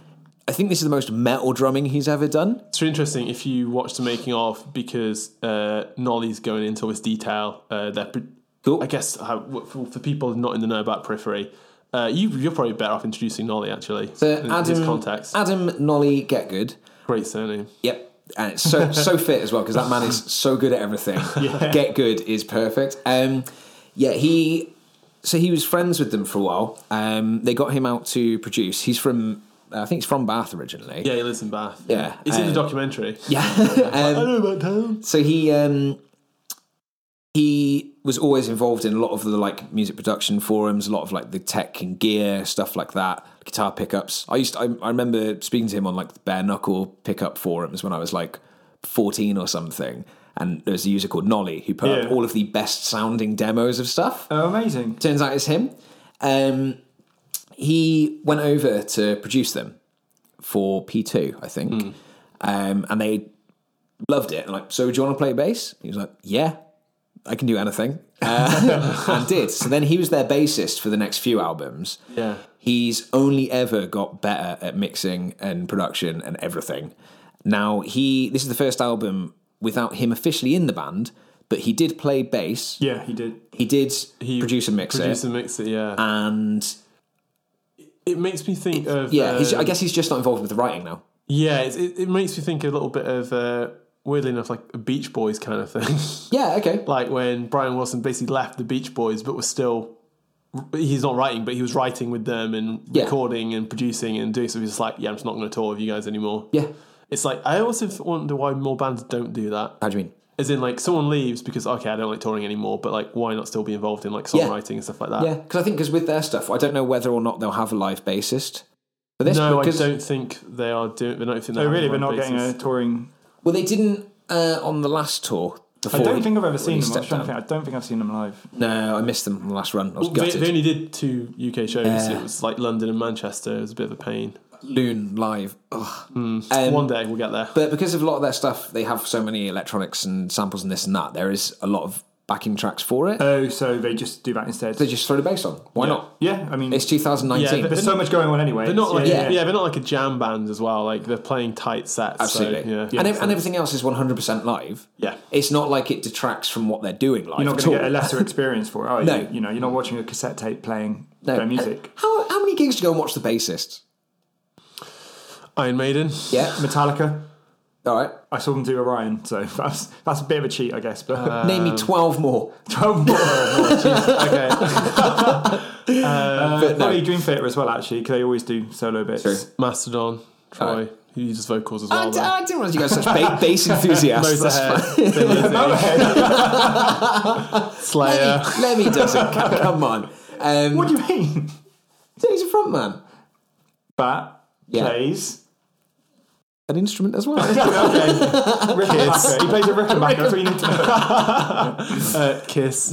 C: I think this is the most metal drumming he's ever done.
D: It's really interesting if you watch the making of because uh, Nolly's going into all this detail. Uh, that pre-
C: Cool.
D: I guess uh, w- for, for people not in the know about Periphery, uh, you, you're probably better off introducing Nolly actually.
C: So
D: in his
C: Uh, Adam,
D: context,
C: Adam Nolly Get Good.
D: great surname.
C: Yep. And it's so so fit as well because that man is so good at everything. Get good is perfect. Um, yeah, he so he was friends with them for a while. Um, they got him out to produce. He's from I think he's from Bath originally.
D: Yeah, he lives in Bath.
C: Yeah,
D: it's in the
C: um,
D: documentary.
C: Yeah. um,
D: know about town.
C: so he um he was always involved in a lot of the like music production forums a lot of like the tech and gear stuff like that guitar pickups i used to, I, I remember speaking to him on like the bare knuckle pickup forums when i was like 14 or something and there was a user called nolly who put up
E: Yeah.
C: all of the best sounding demos of stuff
E: Oh, amazing.
C: turns out it's him um he went over to produce them for p2 i think um and they loved it. And like, so do you want to play bass? He was like, yeah, I can do anything. Uh, and did. So then he was their bassist for the next few albums.
D: Yeah.
C: He's only ever got better at mixing and production and everything. Now he, this is the first album without him officially in the band, but he did play bass.
E: Yeah, he did.
C: He did produce and mix
D: Produce
C: it.
D: and mix it. Yeah,
C: And
D: it makes me think of
C: yeah, he's,
E: Um,
D: uh,
C: I guess he's just not involved with the writing now.
D: yeah. It's, it, it makes me think a little bit of uh, weirdly enough like a Beach Boys kind of thing. <laughs>
C: Yeah, okay.
D: like when Brian Wilson basically left the Beach Boys, but was still he's not writing, but he was writing with them and
C: Yeah.
D: recording and producing and doing. So he's just like, yeah, I'm just not going to tour with you guys anymore.
C: Yeah.
D: It's like I also wonder why more bands don't do that.
C: How do you mean?
D: As in, like someone leaves because okay, I don't like touring anymore, but like why not still be involved in like songwriting and stuff like
E: Ah.
D: that?
C: Yeah, because I think because with their stuff, I don't know whether or not they'll have a live bassist. For this,
D: No, I
C: because-
D: don't think they are doing. They don't think
E: Oh,
D: they're
E: really?
D: having
E: We're not
D: one
E: getting a
D: basis.
E: touring.
C: Well, they didn't uh, on the last tour.
E: I
C: Before
E: don't
C: he-
E: think I've
C: when
E: ever seen
C: he
E: them. I,
C: stepped
E: was trying to
C: down.
E: think. I don't think I've seen them live.
C: No, I missed them on the last run. I was
D: They,
C: gutted.
D: they only did two UK shows. It was like London and Manchester. It was a bit of a pain.
C: Loon live. Ugh.
E: Hmm,
C: Um,
D: One day we'll get there.
C: But because of a lot of their stuff, they have so many electronics and samples and this and that. There is a lot of backing tracks for it.
E: Oh, so they just do that instead.
C: they just throw the bass on. Why not?
E: yeah, I mean,
C: It's 2019.
D: Yeah,
E: there's so much going on anyway.
D: They're not like yeah,
C: yeah.
D: they're not like a jam band as well. Like they're playing tight sets. so,
C: Absolutely.
D: yeah.
C: and, ev- and everything else is 100% live.
D: Yeah.
C: It's not like it detracts from what they're doing live
E: you're not
C: at
E: going
C: all.
E: to get a lesser experience for it, are you?
C: No.
E: You know, you're not watching a cassette tape playing
C: No.
E: their music.
C: How, how many gigs do you go and watch the bassist?
D: Iron Maiden.
C: Yeah.
E: <laughs> Metallica,
C: All right.
E: I saw them do Orion, so <laughs> that's that's a bit of a cheat, I guess. But <laughs>
C: Name me 12 more.
E: twelve
C: <laughs>
E: more.
D: Okay.
C: but no.
E: uh, Probably Dream Theater as well, actually, because they always do solo bits.
C: True.
D: Mastodon. Troy.
C: Alright.
D: He uses vocals as
C: I,
D: well.
C: d-
D: though.
C: I didn't realize you guys were
E: <laughs>
C: such ba- bass enthusiasts. That's
D: Motorhead.
C: fine.
D: Thin
C: <laughs>
D: Lizzy, Slayer.
C: Lemmy
E: <laughs>
C: doesn't. Come, come on. Um,
E: What do you mean?
C: so he's a front man.
E: Bat
C: Yeah.
E: <laughs> plays.
C: An instrument as
E: <laughs>
C: well.
E: Rickenbacker. He plays a Rickenbacker. That's what you need
C: <laughs>
E: to <laughs> know.
D: Uh, Kiss.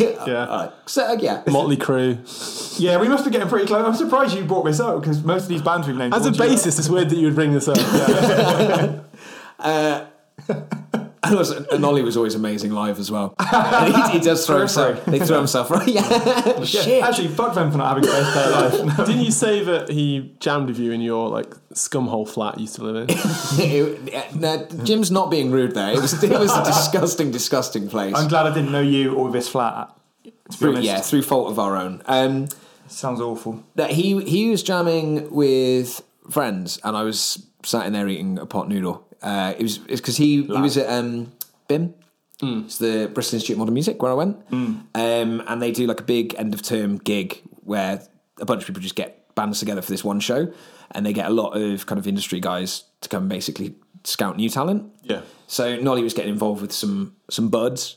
D: yeah.
C: so, uh, yeah.
D: Motley Crue.
E: Yeah, we must be getting pretty close. I'm surprised you brought this up because most of these bands we've named
D: As a
E: all do that.
D: bassist, it's weird that you would bring this
C: <laughs>
D: up.
C: And, also, and Ollie was always amazing live as
E: <laughs>
C: well. And he, he does throw himself. They throw himself <laughs> right. Yeah. Shit.
E: Actually, fuck them for not having the best day of their
C: <laughs>
E: life.
D: Didn't you say that he jammed with you in your like scumhole flat you used to
C: <laughs>
D: live in?
C: It- uh, no, Jim's not being rude there. It was, it was
E: <laughs>
C: a disgusting, disgusting place.
E: I'm glad I didn't know you or this flat. To be
C: Through-
E: honest,
C: yeah, through fault of our own. Um,
E: sounds awful.
C: that he he was jamming with friends, and I was sat in there eating a pot noodle. Uh, it was it's because he he was at um, BIM.
E: Hmm.
C: It's the Bristol Institute of Modern Music where I went, um, and they do like a big end of term gig where a bunch of people just get bands together for this one show, and they get a lot of kind of industry guys to come basically scout new talent.
D: Yeah.
C: So Nolly was getting involved with some some buds,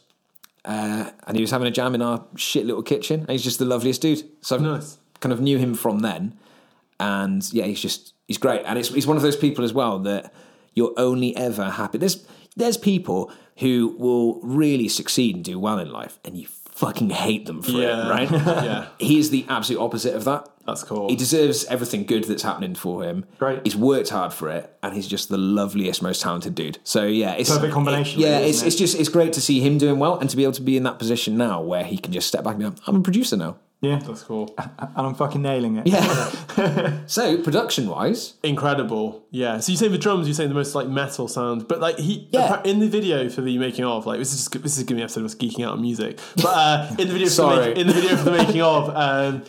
C: uh, and he was having a jam in our shit little kitchen. And he's just the loveliest dude. So I
D: Nice.
C: kind of knew him from then, and yeah, he's just he's great. And it's he's one of those people as well that you're only ever happy. There's there's people who will really succeed and do well in life, and you fucking hate them for
D: Yeah.
C: it, right?
D: <laughs> Yeah.
C: He is the absolute opposite of that.
D: That's cool.
C: He deserves everything good that's happening for him.
E: Great.
C: He's worked hard for it, and he's just the loveliest, most talented dude. So yeah, it's
E: Perfect combination,
C: it- yeah,
E: really,
C: it's
E: isn't
C: it's just it's great to see him doing well and to be able to be in that position now where he can just step back and be like, I'm a producer now.
E: Yeah,
D: That's cool.
E: and I'm fucking nailing it.
C: Yeah. <laughs> so production wise,
D: Incredible. Yeah. So you say the drums, you're saying the most like metal sound, but like he
C: Yeah.
D: in the video for the making of, like this is just, this is gonna be an episode of us geeking out on music. But uh, in the video for the
C: Sorry.
D: make, in the video for the making of, um,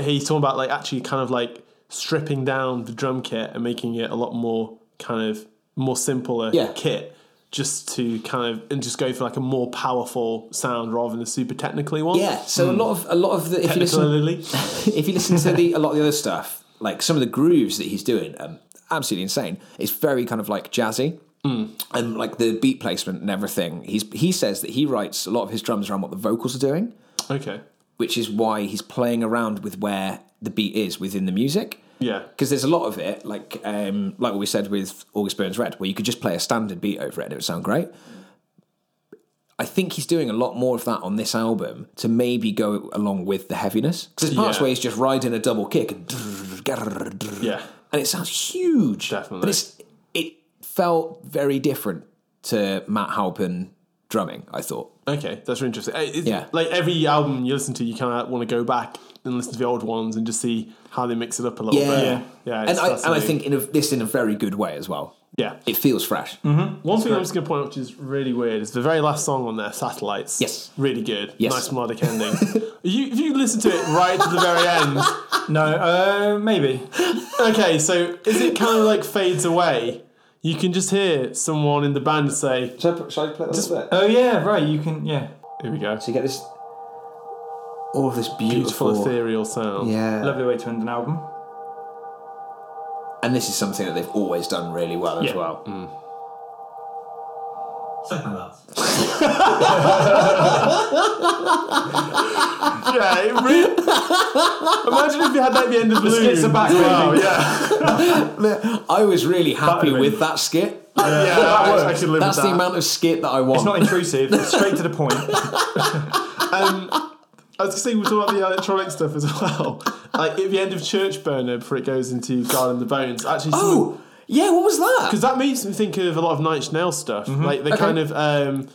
D: he's talking about like actually kind of like stripping down the drum kit and making it a lot more kind of more simpler
C: Yeah.
D: kit just to kind of and just go for like a more powerful sound rather than the super technically one.
C: yeah. So
E: Hmm.
C: a lot of a lot of the if you listen
D: Technically.
C: if you listen to
E: <laughs>
C: the a lot of the other stuff, like some of the grooves that he's doing, um, absolutely insane. It's very kind of like jazzy.
E: Hmm.
C: And like the beat placement and everything, he's he says that he writes a lot of his drums around what the vocals are doing.
D: Okay.
C: which is why he's playing around with where the beat is within the music.
D: Yeah.
C: Because there's a lot of it, like um, like what we said with August Burns Red, where you could just play a standard beat over it and it would sound great. I think he's doing a lot more of that on this album to maybe go along with the heaviness. Because there's parts
D: Yeah.
C: where he's just riding a double kick and yeah. and it sounds huge.
D: Definitely.
C: But it's, it felt very different to Matt Halpin drumming, I thought.
D: Okay, that's really interesting. Uh, it's-
C: Yeah.
D: Like every album you listen to, you kind of want to go back and listen to the old ones and just see how they mix it up a little
C: Yeah,
D: bit.
C: yeah,
D: Yeah,
C: and
D: it's
C: I, and I
D: fascinating.
C: think in a, this in a very good way as well.
D: Yeah.
C: it feels fresh.
D: One thing I'm just going to point out, which is really weird, is the very last song on there, Satellites.
C: Yes.
D: Really good.
C: Yes.
D: Nice melodic ending. <laughs> you, if you listen to it right to the very end, <laughs>
E: No, uh, maybe.
D: okay, so is it kind of like fades away? You can just hear someone in the band say,
C: Should I, should I play this bit?
E: Oh yeah, right. You can. Yeah,
D: here we go.
C: So you uh, get this, all of this beautiful,
D: Beautiful ethereal sound.
C: yeah,
E: lovely way to end an album.
C: and this is something that they've always done really well as
E: Yeah.
C: well.
D: Mm. Yeah, it
C: <laughs>
D: really. Imagine if you had that at the end of the
E: skits are back,
D: Wow,
E: baby.
D: yeah.
C: I was really happy
E: Buttering.
C: with that skit.
D: Yeah, I, I could live
C: That's
D: with
C: the
D: that.
C: amount of skit that I want.
E: It's not <laughs> intrusive. it's straight to the point.
D: I was saying we talked about the electronic stuff as well. Like at the end of Church Burner before it goes into Garden of the Bones, actually,
C: oh, yeah, what was that?
D: because that makes me think of a lot of Night Snail stuff, like the kind of um,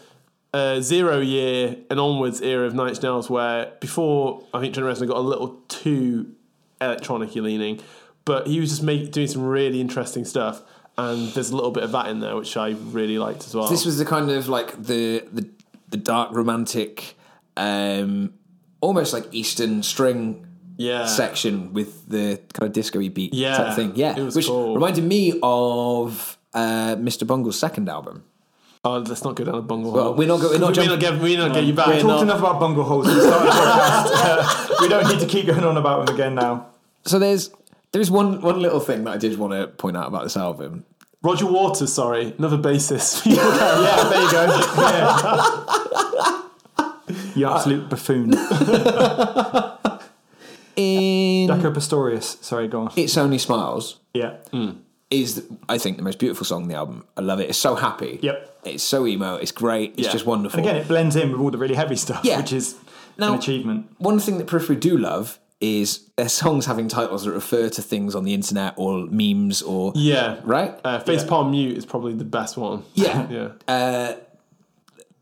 D: uh, zero year and onwards era of Night Snails, where before I think Generation got a little too electronic leaning, but he was just make, doing some really interesting stuff. And there's a little bit of that in there, which I really liked as well.
C: This was the kind of like the the, the dark romantic, um, almost like Eastern string
D: yeah,
C: section with the kind of disco beat
D: Yeah,
C: type thing. Yeah,
D: it was
C: which
D: cool.
C: reminded me of uh, Mr. Bungle's second album.
D: Oh, let's not go down a bungle
C: Well,
D: hole.
C: we're not go- we're not
D: <laughs> we
C: jumping-
D: get, we not get you back.
E: We talked enough about bungle holes at the start of the <laughs> podcast. Uh, we don't need to keep going on about them again now.
C: So there's there's one one little thing that I did want to point out about this album.
D: Roger Waters, sorry, another bassist. <laughs> yeah,
E: Yeah, there you go. Yeah. <laughs> you absolute buffoon.
C: In
E: Jaco Pastorius. Sorry, go on.
C: It's Only Smiles
E: Yeah.
C: is I think the most beautiful song on the album. I love it. It's so happy.
E: Yep.
C: It's so emo. It's great. It's
D: Yeah.
C: just wonderful.
E: And again, it blends in with all the really heavy stuff,
C: Yeah.
E: which is
C: Now-
E: an achievement.
C: one thing that Periphery do love is their songs having titles that refer to things on the internet or memes or right.
D: Uh, Facepalm Mute is probably the best one.
C: Yeah.
D: <laughs> yeah.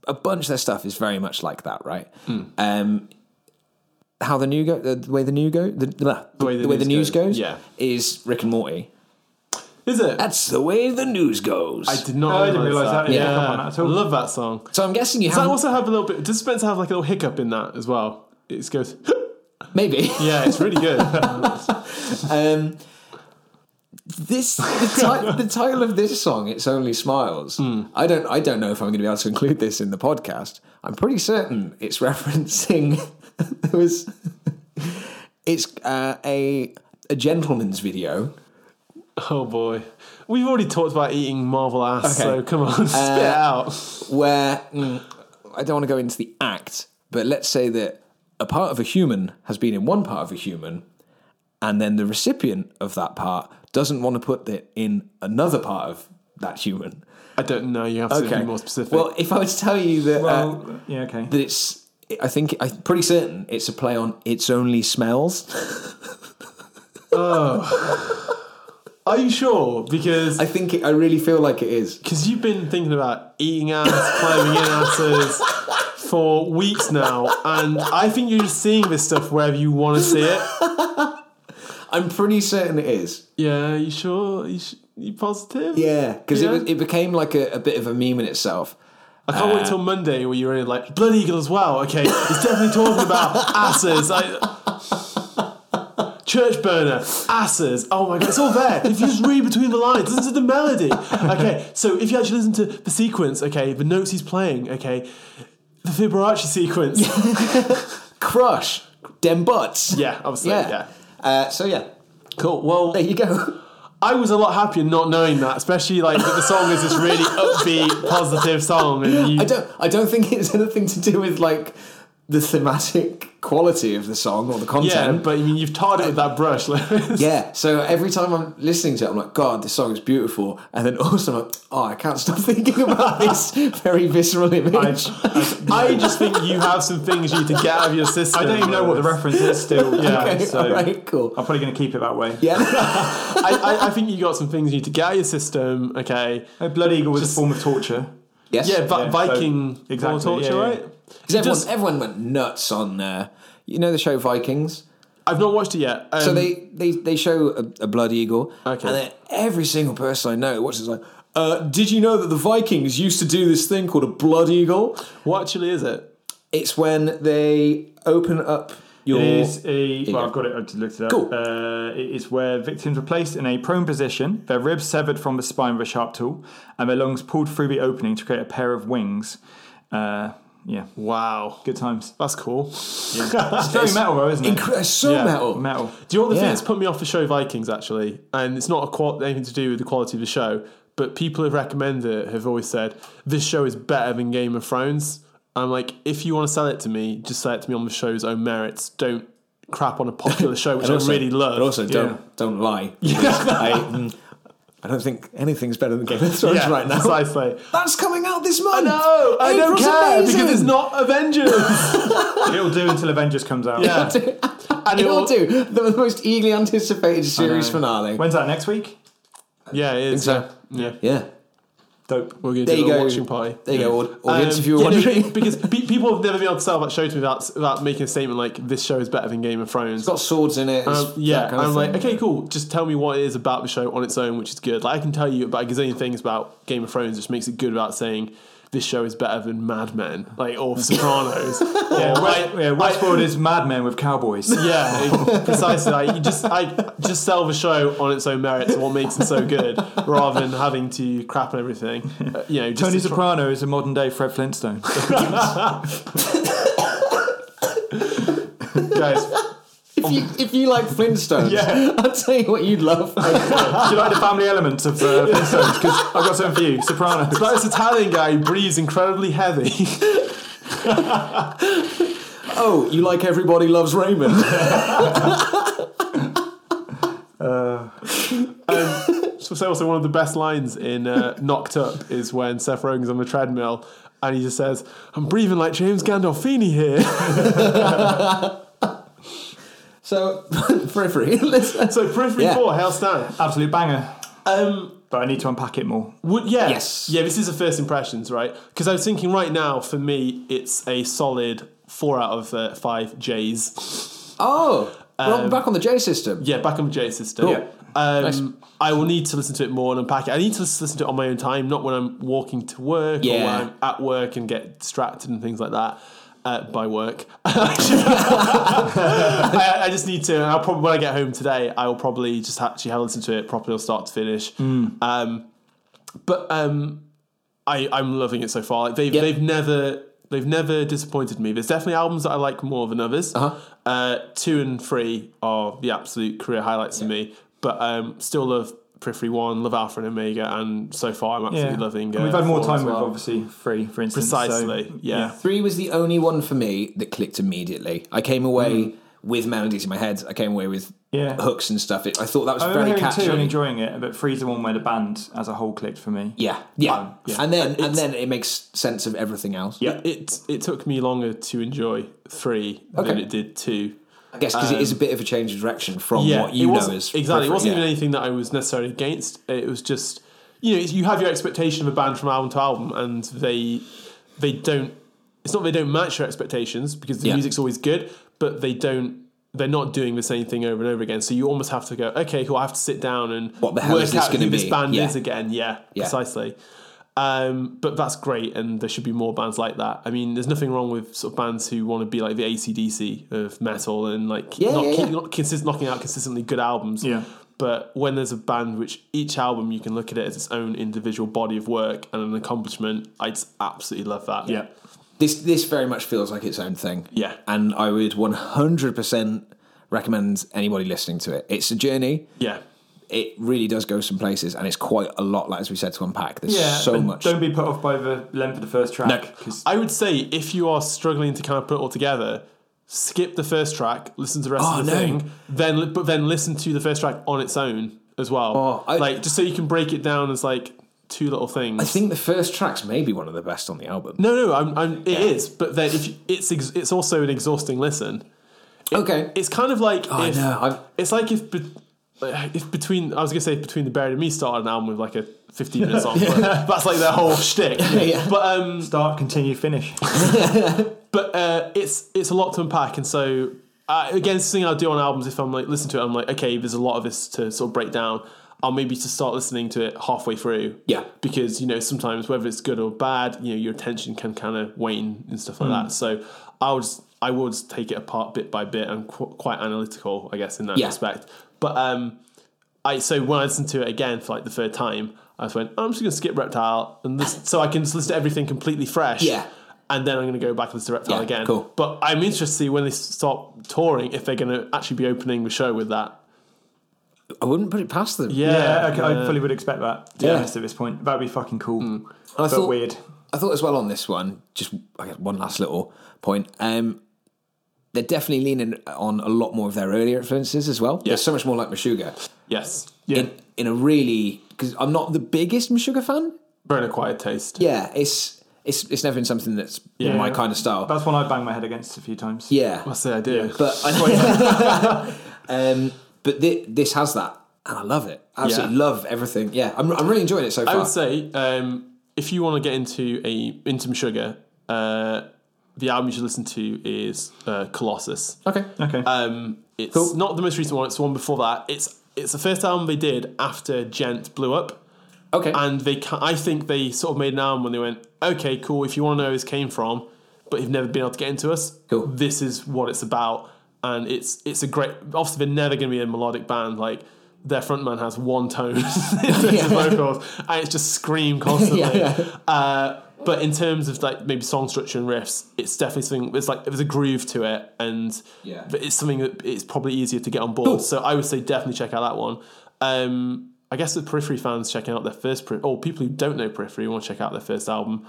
C: a bunch of their stuff is very much like that, right? Um, how the new go, the, the way the new go, the, the, the way the, news, goes,
D: yeah.
C: is Rick and Morty.
D: is it?
C: That's the way the news goes.
D: I did not.
E: Oh, I didn't realise that.
D: Yeah,
E: Yeah, come on, that's all.
D: love that song.
C: so I'm guessing you
D: Does that
C: have
D: also have a little bit? Does Spencer have like a little hiccup in that as well? It just goes.
C: maybe
D: <laughs> yeah, it's really good.
C: <laughs> um, this the,
D: <laughs>
C: ti- the title of this song. It's only smiles.
D: Hmm.
C: I don't I don't know if I'm going to be able to include this in the podcast. I'm pretty certain it's <laughs> referencing there was it's uh, a a gentleman's video.
D: oh boy, we've already talked about eating Marvel ass.
C: Okay. Uh,
D: So come on, <laughs> spit it out.
C: where mm, I don't want to go into the act, but let's say that a part of a human has been in one part of a human, and then the recipient of that part doesn't want to put it in another part of that human.
D: I don't know. You have to be more specific.
C: Well, if I was to tell you that, uh,
E: Well, yeah, okay.
C: that it's, I think, I'm pretty certain it's a play on "It's Only Smells." <laughs>
D: are you sure? Because
C: I think it, I really feel like it is. <laughs>
D: Because you've been thinking about eating ass, climbing in asses, for weeks now, and I think you're just seeing this stuff wherever you want to
C: <laughs>
D: see it.
C: I'm pretty certain it is.
D: Yeah, you sure? You, sh- you positive?
C: Yeah, because
D: Yeah.
C: it, was- it became like a, a bit of a meme in itself.
D: I can't
C: Uh,
D: wait till Monday where you're in like Blood Eagle as well. Okay, he's definitely talking about asses. I, church burner, asses. Oh my god, it's all there. If you just read between the lines, listen to the melody. Okay, so if you actually listen to the sequence, okay, the notes he's playing, okay, the
C: <laughs>
D: Fibonacci sequence.
C: Crush dem butts.
D: yeah, obviously.
C: yeah.
D: Yeah.
C: Uh, so yeah,
D: Cool. Well,
C: there you go.
D: I was a lot happier not knowing that, especially like that the song is this really upbeat, positive song, and you
C: I don't. I don't think it's anything to do with like the thematic quality of the song or the
D: yeah,
C: content.
D: but I mean you've tarred it with that brush. <laughs> Like,
C: Yeah, so every time I'm listening to it, I'm like, God, this song is beautiful. And then also, I'm like, oh, I can't stop <laughs> thinking about this very visceral image.
D: I just think you have some things you need to get out of your system.
E: I don't even know what the reference is still.
D: Yeah.
E: yeah,
C: <laughs> okay,
E: so
C: all right, cool.
D: <laughs>
E: I'm probably going to keep it that way.
C: Yeah,
D: I, I, I think you got some things you need to get out of your system. Okay.
E: A Blood Eagle was
D: Just-
E: a form of torture.
C: yes.
D: Yeah, vi-
E: so-
D: Viking war
E: exactly,
D: torture,
E: yeah, yeah.
D: right?
C: 'Cause everyone,
D: just-
C: everyone went nuts on, uh, you know, the show Vikings.
D: I've not watched it yet. Um,
C: So they, they, they show a, a blood eagle,
D: Okay.
C: and then every single person I know watches like, uh, did you know that the Vikings used to do this thing called a blood eagle?
D: what actually is it?
C: It's when they open up your
E: It is a. Well,
C: go.
E: I've got it. I just looked it up.
C: Cool.
E: Uh, it is where victims are placed in a prone position, their ribs severed from the spine with a sharp tool, and their lungs pulled through the opening to create a pair of wings. Uh, yeah,
D: Wow.
E: good times.
D: That's cool.
E: It's very metal, though, isn't it?
C: Incre- so
D: Yeah.
C: metal.
E: metal.
D: Do you know what the
C: Yeah.
D: thing that's put me off the show Vikings actually? And it's not a qual- anything to do with the quality of the show, but people who've recommended it have always said this show is better than Game of Thrones. I'm like, if you want to sell it to me, just sell it to me on the show's own merits. Don't crap on a popular show which
C: And also-
D: I really love.
C: But also, don't
E: Yeah.
C: don't
D: <laughs>
C: lie. I, mm, I don't think anything's better than Game of Thrones
D: <laughs> yeah,
C: right now.
D: precisely.
C: That's coming out this month.
D: No, I don't
C: April's
D: care
C: amazing.
D: because it's not
C: <laughs>
D: Avengers.
E: It'll do until Avengers comes out.
D: yeah, and
C: It will do. The most eagerly anticipated series
E: know.
C: finale.
E: When's that next week?
D: Yeah, it is.
C: so.
D: Yeah, yeah.
C: yeah,
E: Dope.
D: we're gonna
C: there
D: do
C: you
D: a
C: go.
D: little watching party.
C: There you go. au- Audience,
D: Um,
C: if you were
D: yeah, no,
C: wondering,
D: be- <laughs> because pe- people have never been able to sell that show to me without, without making a statement like this show is better than Game of Thrones.
C: got swords in it. it's
D: Um, yeah,
C: that kind of
D: I'm like,
C: thing.
D: okay, cool. Just tell me what it is about the show on its own, which is good. Like, I can tell you about a gazillion things about Game of Thrones, which makes it good about saying this show is better than Mad Men, like
C: <laughs>
D: or Sopranos. yeah,
E: Yeah, West, yeah, Westworld is Mad Men with cowboys.
D: yeah, it- precisely. Like, you just, I just sell the show on its own merits and what makes it so good, rather than having to crap on everything. Uh, you know, just
E: Tony
D: to try-
E: Soprano is a modern day Fred Flintstone. <laughs>
D: guys.
C: If you, if you like
D: <laughs>
C: Flintstones, <laughs> I'll tell you what you'd love.
E: Do you like the family elements of uh, Flintstones? Because I've got something for you. Sopranos.
D: It's like this Italian guy who breathes incredibly heavy. <laughs>
C: oh, you like Everybody Loves Raymond. <laughs>
D: Um, So so also one of the best lines in uh, Knocked Up is when Seth Rogen's on the treadmill and he just says, "I'm breathing like James Gandolfini here." <laughs>
C: so, <laughs> periphery. Let's,
D: so Periphery
C: Yeah.
D: Four, Hail Stan.
E: Absolute banger.
D: Um,
E: But I need to unpack it more.
D: would yeah,
C: Yes.
D: yeah. This is a first impressions, right? Because I was thinking right now for me, it's a solid four out of uh, five J's.
C: oh, we're back on the J system.
D: Um, Yeah, back on the J system.
C: Cool.
D: Yeah. Um,
C: Nice.
D: I will need to listen to it more and unpack it. I need to listen to it on my own time, not when I'm walking to work or
C: Yeah.
D: when I'm at work and get distracted and things like that uh, by work. <laughs> I, I just need to. and I'll probably when I get home today, I will probably just actually have a listen to it properly, or start to finish.
C: Hmm.
D: Um, but um, I, I'm loving it so far. Like they've
C: Yeah.
D: they've never they've never disappointed me. There's definitely albums that I like more than others.
C: Uh-huh.
D: Uh, two and three are the absolute career highlights for me. But um, still love Periphery One, love Alpha and Omega, and so far I'm absolutely loving. uh,
E: And we've had more
D: four as
E: time with
D: well.
E: obviously three, for instance. so-
D: Precisely, yeah.
C: Three was the only one for me that clicked immediately. I came away
D: Hmm.
C: with melodies in my head. I came away with
E: Yeah.
C: hooks and stuff. It, I thought that was
E: I remember
C: very
E: hearing
C: catchy.
E: two and enjoying it, but three's the one where the band as a whole clicked for me.
C: yeah, yeah.
E: Um, yeah.
C: And then and then it makes sense of everything else.
E: Yeah.
D: It it took me longer to enjoy three than
C: Okay.
D: it did two.
C: I guess because it is a bit of a change of direction from what
D: Um, it
C: you know
D: wasn't-
C: is
D: exactly. It wasn't
C: yeah.
D: even anything that I was necessarily against. It was just you know you have your expectation of a band from album to album, and they they don't it's not they don't match your expectations because the
C: Yeah.
D: music's always good, but they don't. They're not doing the same thing over and over again. So you almost have to go, okay, cool. I have to sit down and
C: What the hell
D: work
C: is this
D: out who
C: gonna
D: this
C: be?
D: band
C: Yeah.
D: is again. Yeah,
C: Yeah.
D: precisely. Um, but that's great, and there should be more bands like that. I mean, there's nothing wrong with sort of bands who want to be like the ACDC of metal and like
C: Yeah,
D: not,
C: yeah,
D: keep,
C: yeah.
D: not consist- knocking out consistently good albums.
E: Yeah.
D: But when there's a band which each album you can look at it as its own individual body of work and an accomplishment, I just absolutely love that.
E: Yeah.
C: This this very much feels like its own thing.
D: Yeah.
C: and I would one hundred percent recommend anybody listening to it. It's a journey.
D: Yeah.
C: It really does go some places, and it's quite a lot. Like as we said, to unpack. There's
E: Yeah,
C: so
E: but
C: much.
E: Don't be put off by the length of the first track.
C: No.
E: 'cause-
D: I would say if you are struggling to kind of put it all together, skip the first track, listen to the rest
C: Oh,
D: of the
C: no.
D: thing, then but then listen to the first track on its own as well.
C: Oh, I-
D: like just so you can break it down as like two little things.
C: I think the first track's maybe one of the best on the album.
D: no, no, I'm, I'm, it is, but then if you, it's ex, it's also an exhausting listen.
C: okay.
D: It's kind of like
C: Oh, I
D: if,
C: know, I've-
D: it's like if be- if between I was gonna say if between the Buried and Me started an album with like a 15 minute song, but that's like their whole shtick.
C: Yeah.
D: But um,
E: Start, continue, finish.
D: but uh, it's it's a lot to unpack, and so uh, again, it's something I do on albums. If I'm like listen to it, I'm like, okay, there's a lot of this to sort of break down. I'll maybe just start listening to it halfway through.
C: Yeah.
D: because you know sometimes whether it's good or bad, you know your attention can kind of wane and stuff
C: Hmm.
D: like that. So I would I would take it apart bit by bit. I'm qu- quite analytical, I guess, in that
C: Yeah.
D: respect. But um, I so when I listened to it again for like the third time, I just went, I'm just gonna skip Reptile, and listen, so I can just listen to everything completely fresh
C: Yeah.
D: and then I'm going to go back and listen to Reptile
C: Yeah,
D: uh, again.
C: cool.
D: But I'm interested to see when they stop touring if they're going to actually be opening the show with that.
C: I wouldn't put it past them.
D: Yeah,
E: Yeah, I, I
D: uh,
E: fully would expect that. To
C: Yeah. Mm.
E: be honest, at this point, that'd be fucking cool,
C: I
E: but
C: thought-
E: weird.
C: I thought as well on this one, just I guess one last little point. Um, they're definitely leaning on a lot more of their earlier influences as well. They're so much more like Meshuggah
D: yes,
C: in, in a really because I'm not the biggest Meshuggah fan.
D: very acquired taste.
C: Yeah, it's it's it's never been something that's
D: Yeah.
C: my kind of style.
E: That's one I banged my head against a few
D: <laughs>
E: times.
C: yeah,
D: That's the idea.
C: but <laughs>
D: <laughs>
C: um, but thi- this has that, and I love it. I Absolutely
D: Yeah.
C: love everything. Yeah, I'm I'm really enjoying it so far.
D: I would say um, if you want to get into a into Sugar, uh, the album you should listen to is uh, Colossus.
C: okay,
E: Okay.
C: Uh,
D: Um, it's not the most recent one; it's the one before that. It's it's the first album they did after Gent blew up.
C: okay,
D: and they ca- I think they sort of made an album when they went, okay, cool. If you want to know where this came from, but you've never been able to get into us,
C: Cool.
D: this is what it's about, and it's it's a great. Obviously, they're never going to be a melodic band. Like their frontman has one tone <laughs>
C: <laughs>
D: in terms of vocals, and it's just scream constantly.
C: <laughs> Yeah,
D: Uh, but in terms of like maybe song structure and riffs, it's definitely something. It's like there's a groove to it, and
C: Yeah.
D: but it's something that it's probably easier to get on board. So I would say definitely check out that one. Um, I guess the Periphery fans checking out their first, per- or people who don't know Periphery want to check out their first album.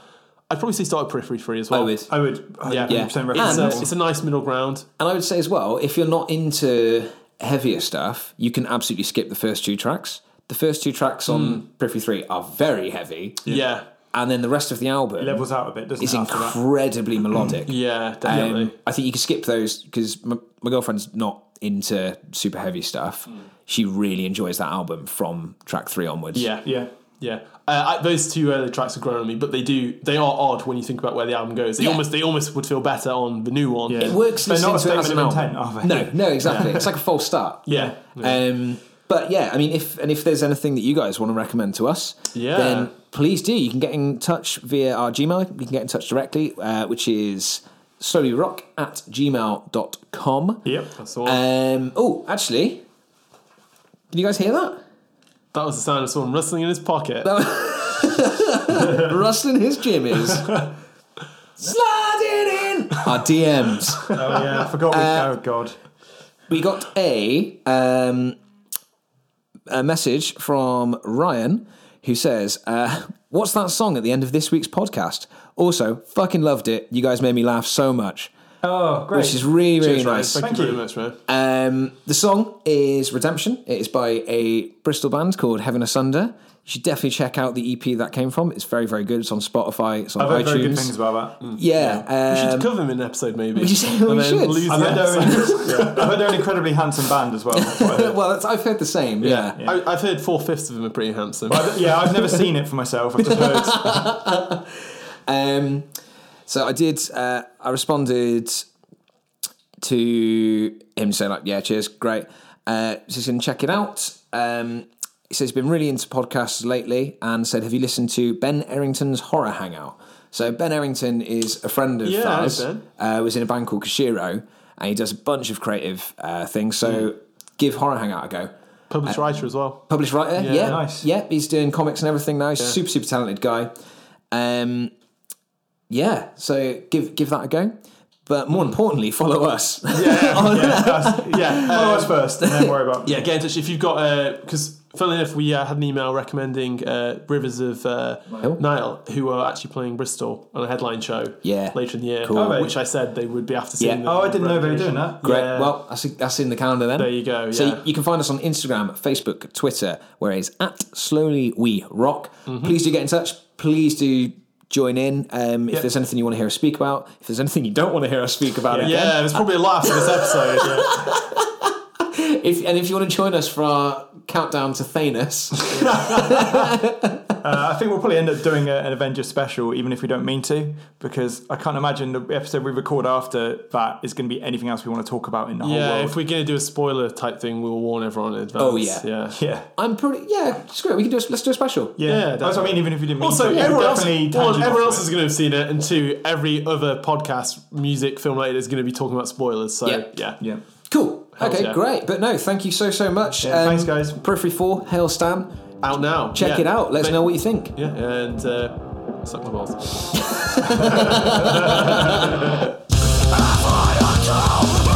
D: I'd probably say start with Periphery Free as well.
C: I would.
E: I would.
D: yeah,
E: 100% recommend
D: It's, a,
E: that
D: it's a nice middle ground.
C: And I would say as well, if you're not into heavier stuff, you can absolutely skip the first two tracks. The first two tracks on Periphery 3 are very heavy.
D: Hmm. Yeah,
C: And then the rest of the album
E: levels out a bit, doesn't
C: is
E: it? after that?
C: incredibly melodic.
D: yeah,
C: Um,
D: definitely.
C: I think you can skip those because my, my girlfriend's not into super heavy stuff.
D: Hmm.
C: She really enjoys that album from track three onwards.
D: yeah,
E: Yeah.
D: Yeah, uh, I, those two early tracks have grown on me, but they do they are odd when you think about where the album goes. They
C: Yeah.
D: almost they almost would feel better on the new one.
E: Yeah.
C: It works
E: They're not a
C: listening to it
E: statement
C: as
E: of
C: an album.
E: intent, are they?
C: No, no, exactly. it's like a false start.
D: <laughs> yeah.
C: Um, but yeah, I mean, if and if there's anything that you guys want to recommend to us,
D: Yeah.
C: then please do. You can get in touch via our Gmail. You can get in touch directly, uh, which is slowlyrock at gmail.com.
E: Yep.
D: That's all.
C: Um, oh, actually, can you guys hear that?
D: that was the sound of someone rustling in his pocket.
C: Rustling his jimmies. Sliding in our DMs.
E: Oh yeah, I forgot. We,
C: Uh,
E: oh god.
C: We got a um, a message from Ryan who says, uh, "What's that song at the end of this week's podcast?" Also, fucking loved it. You guys made me laugh so much,
E: Oh great.
C: which is really really
D: Cheers, Ryan.
C: nice.
D: Thank,
E: Thank
D: you
E: you.
D: very much, man.
C: Um, the song is Redemption. It is by a Bristol band called Heaven Asunder. You should definitely check out the EP that came from. It's very very good. It's on Spotify. It's on
E: I've heard
C: iTunes. Mm.
E: very good things about that.
C: yeah,
D: we
C: um,
D: should cover him in an episode, maybe.
C: you say we
D: and then
C: should?
D: lose
E: I've
D: the
E: heard, they're
D: episode.
E: <laughs> an, I've heard they're an incredibly handsome
C: <laughs>
E: band as well. that's what I heard.
C: well, that's, I've heard the same. Yeah.
D: I, I've heard four fifths of them are pretty handsome.
E: yeah, I've never seen it for myself. I've just heard.
C: Um, So I did. Uh, I responded to him saying like, "Yeah, cheers, great." Uh, says, "Can check it out." Um, he says he's been really into podcasts lately, and said, "Have you listened to Ben Errington's Horror Hangout?" So Ben Errington is a friend of
D: Yeah, I know
C: Faz.
D: Ben.
C: Uh, was in a band called Kashiro, and he does a bunch of creative uh, things.
D: Hmm.
C: So give Horror Hangout a go.
D: Published writer as well.
C: Published writer, yeah,
E: nice.
C: yeah. He's doing comics and everything now. He's a super, super talented guy. Um, yeah, so give give that a go. But more importantly, follow us. <laughs>
D: Yeah.
E: Follow us first, and then
C: <laughs>
E: worry about.
D: Yeah, get in touch if you've got because funnily enough, we uh, had an email recommending uh, Rivers of uh, Nile. who are actually playing Bristol on a headline show.
C: Yeah.
D: later in the year,
C: Cool.
E: Oh, right.
D: which I said they would be after
C: Yeah.
D: seeing. the-
E: Oh, I didn't know they were doing that.
C: Great.
D: Yeah.
C: Well, that's that's in the calendar then.
D: There you go,
C: So
D: yeah.
C: you can find us on Instagram, Facebook, Twitter, where it's at slowly we rock.
D: Mm-hmm.
C: Please do get in touch. Please do join in. Um, if there's anything you want to hear us speak about, if there's anything you don't want to hear us speak about, again,
D: Yeah, there's probably a lot after this episode. <laughs> Yeah.
C: If, and if you want to join us for our countdown to Thanos,
E: Uh, I think we'll probably end up doing a, an Avengers special, even if we don't mean to, because I can't imagine the episode we record after that is going to be anything else we want to talk about in the whole
D: yeah,
E: world.
D: if we're gonna do a spoiler type thing, we'll warn everyone in advance.
C: Oh, yeah.
D: yeah.
E: <laughs> yeah.
C: I'm pretty yeah. Screw it. We can do a, let's do a special.
E: Yeah, that's what I mean. Even if you didn't mean
D: Also,
E: to, you
D: everyone else,
E: definitely
D: one,
E: tangent
D: everyone
E: off
D: else is going to have seen it, and two, every other podcast, music, film related is going to be talking about spoilers. So,
C: Yeah.
D: yeah.
E: it. Yeah,
C: Cool.
D: Hells
C: okay,
D: yeah.
C: great. But no, thank you so so much. Um,
E: Yeah, thanks, guys.
C: Periphery Four, hail Stan.
D: Out now.
C: Check
D: Yeah.
C: it out. Let us
D: Thank-
C: know what you think.
D: Yeah, and uh, suck my balls.
B: I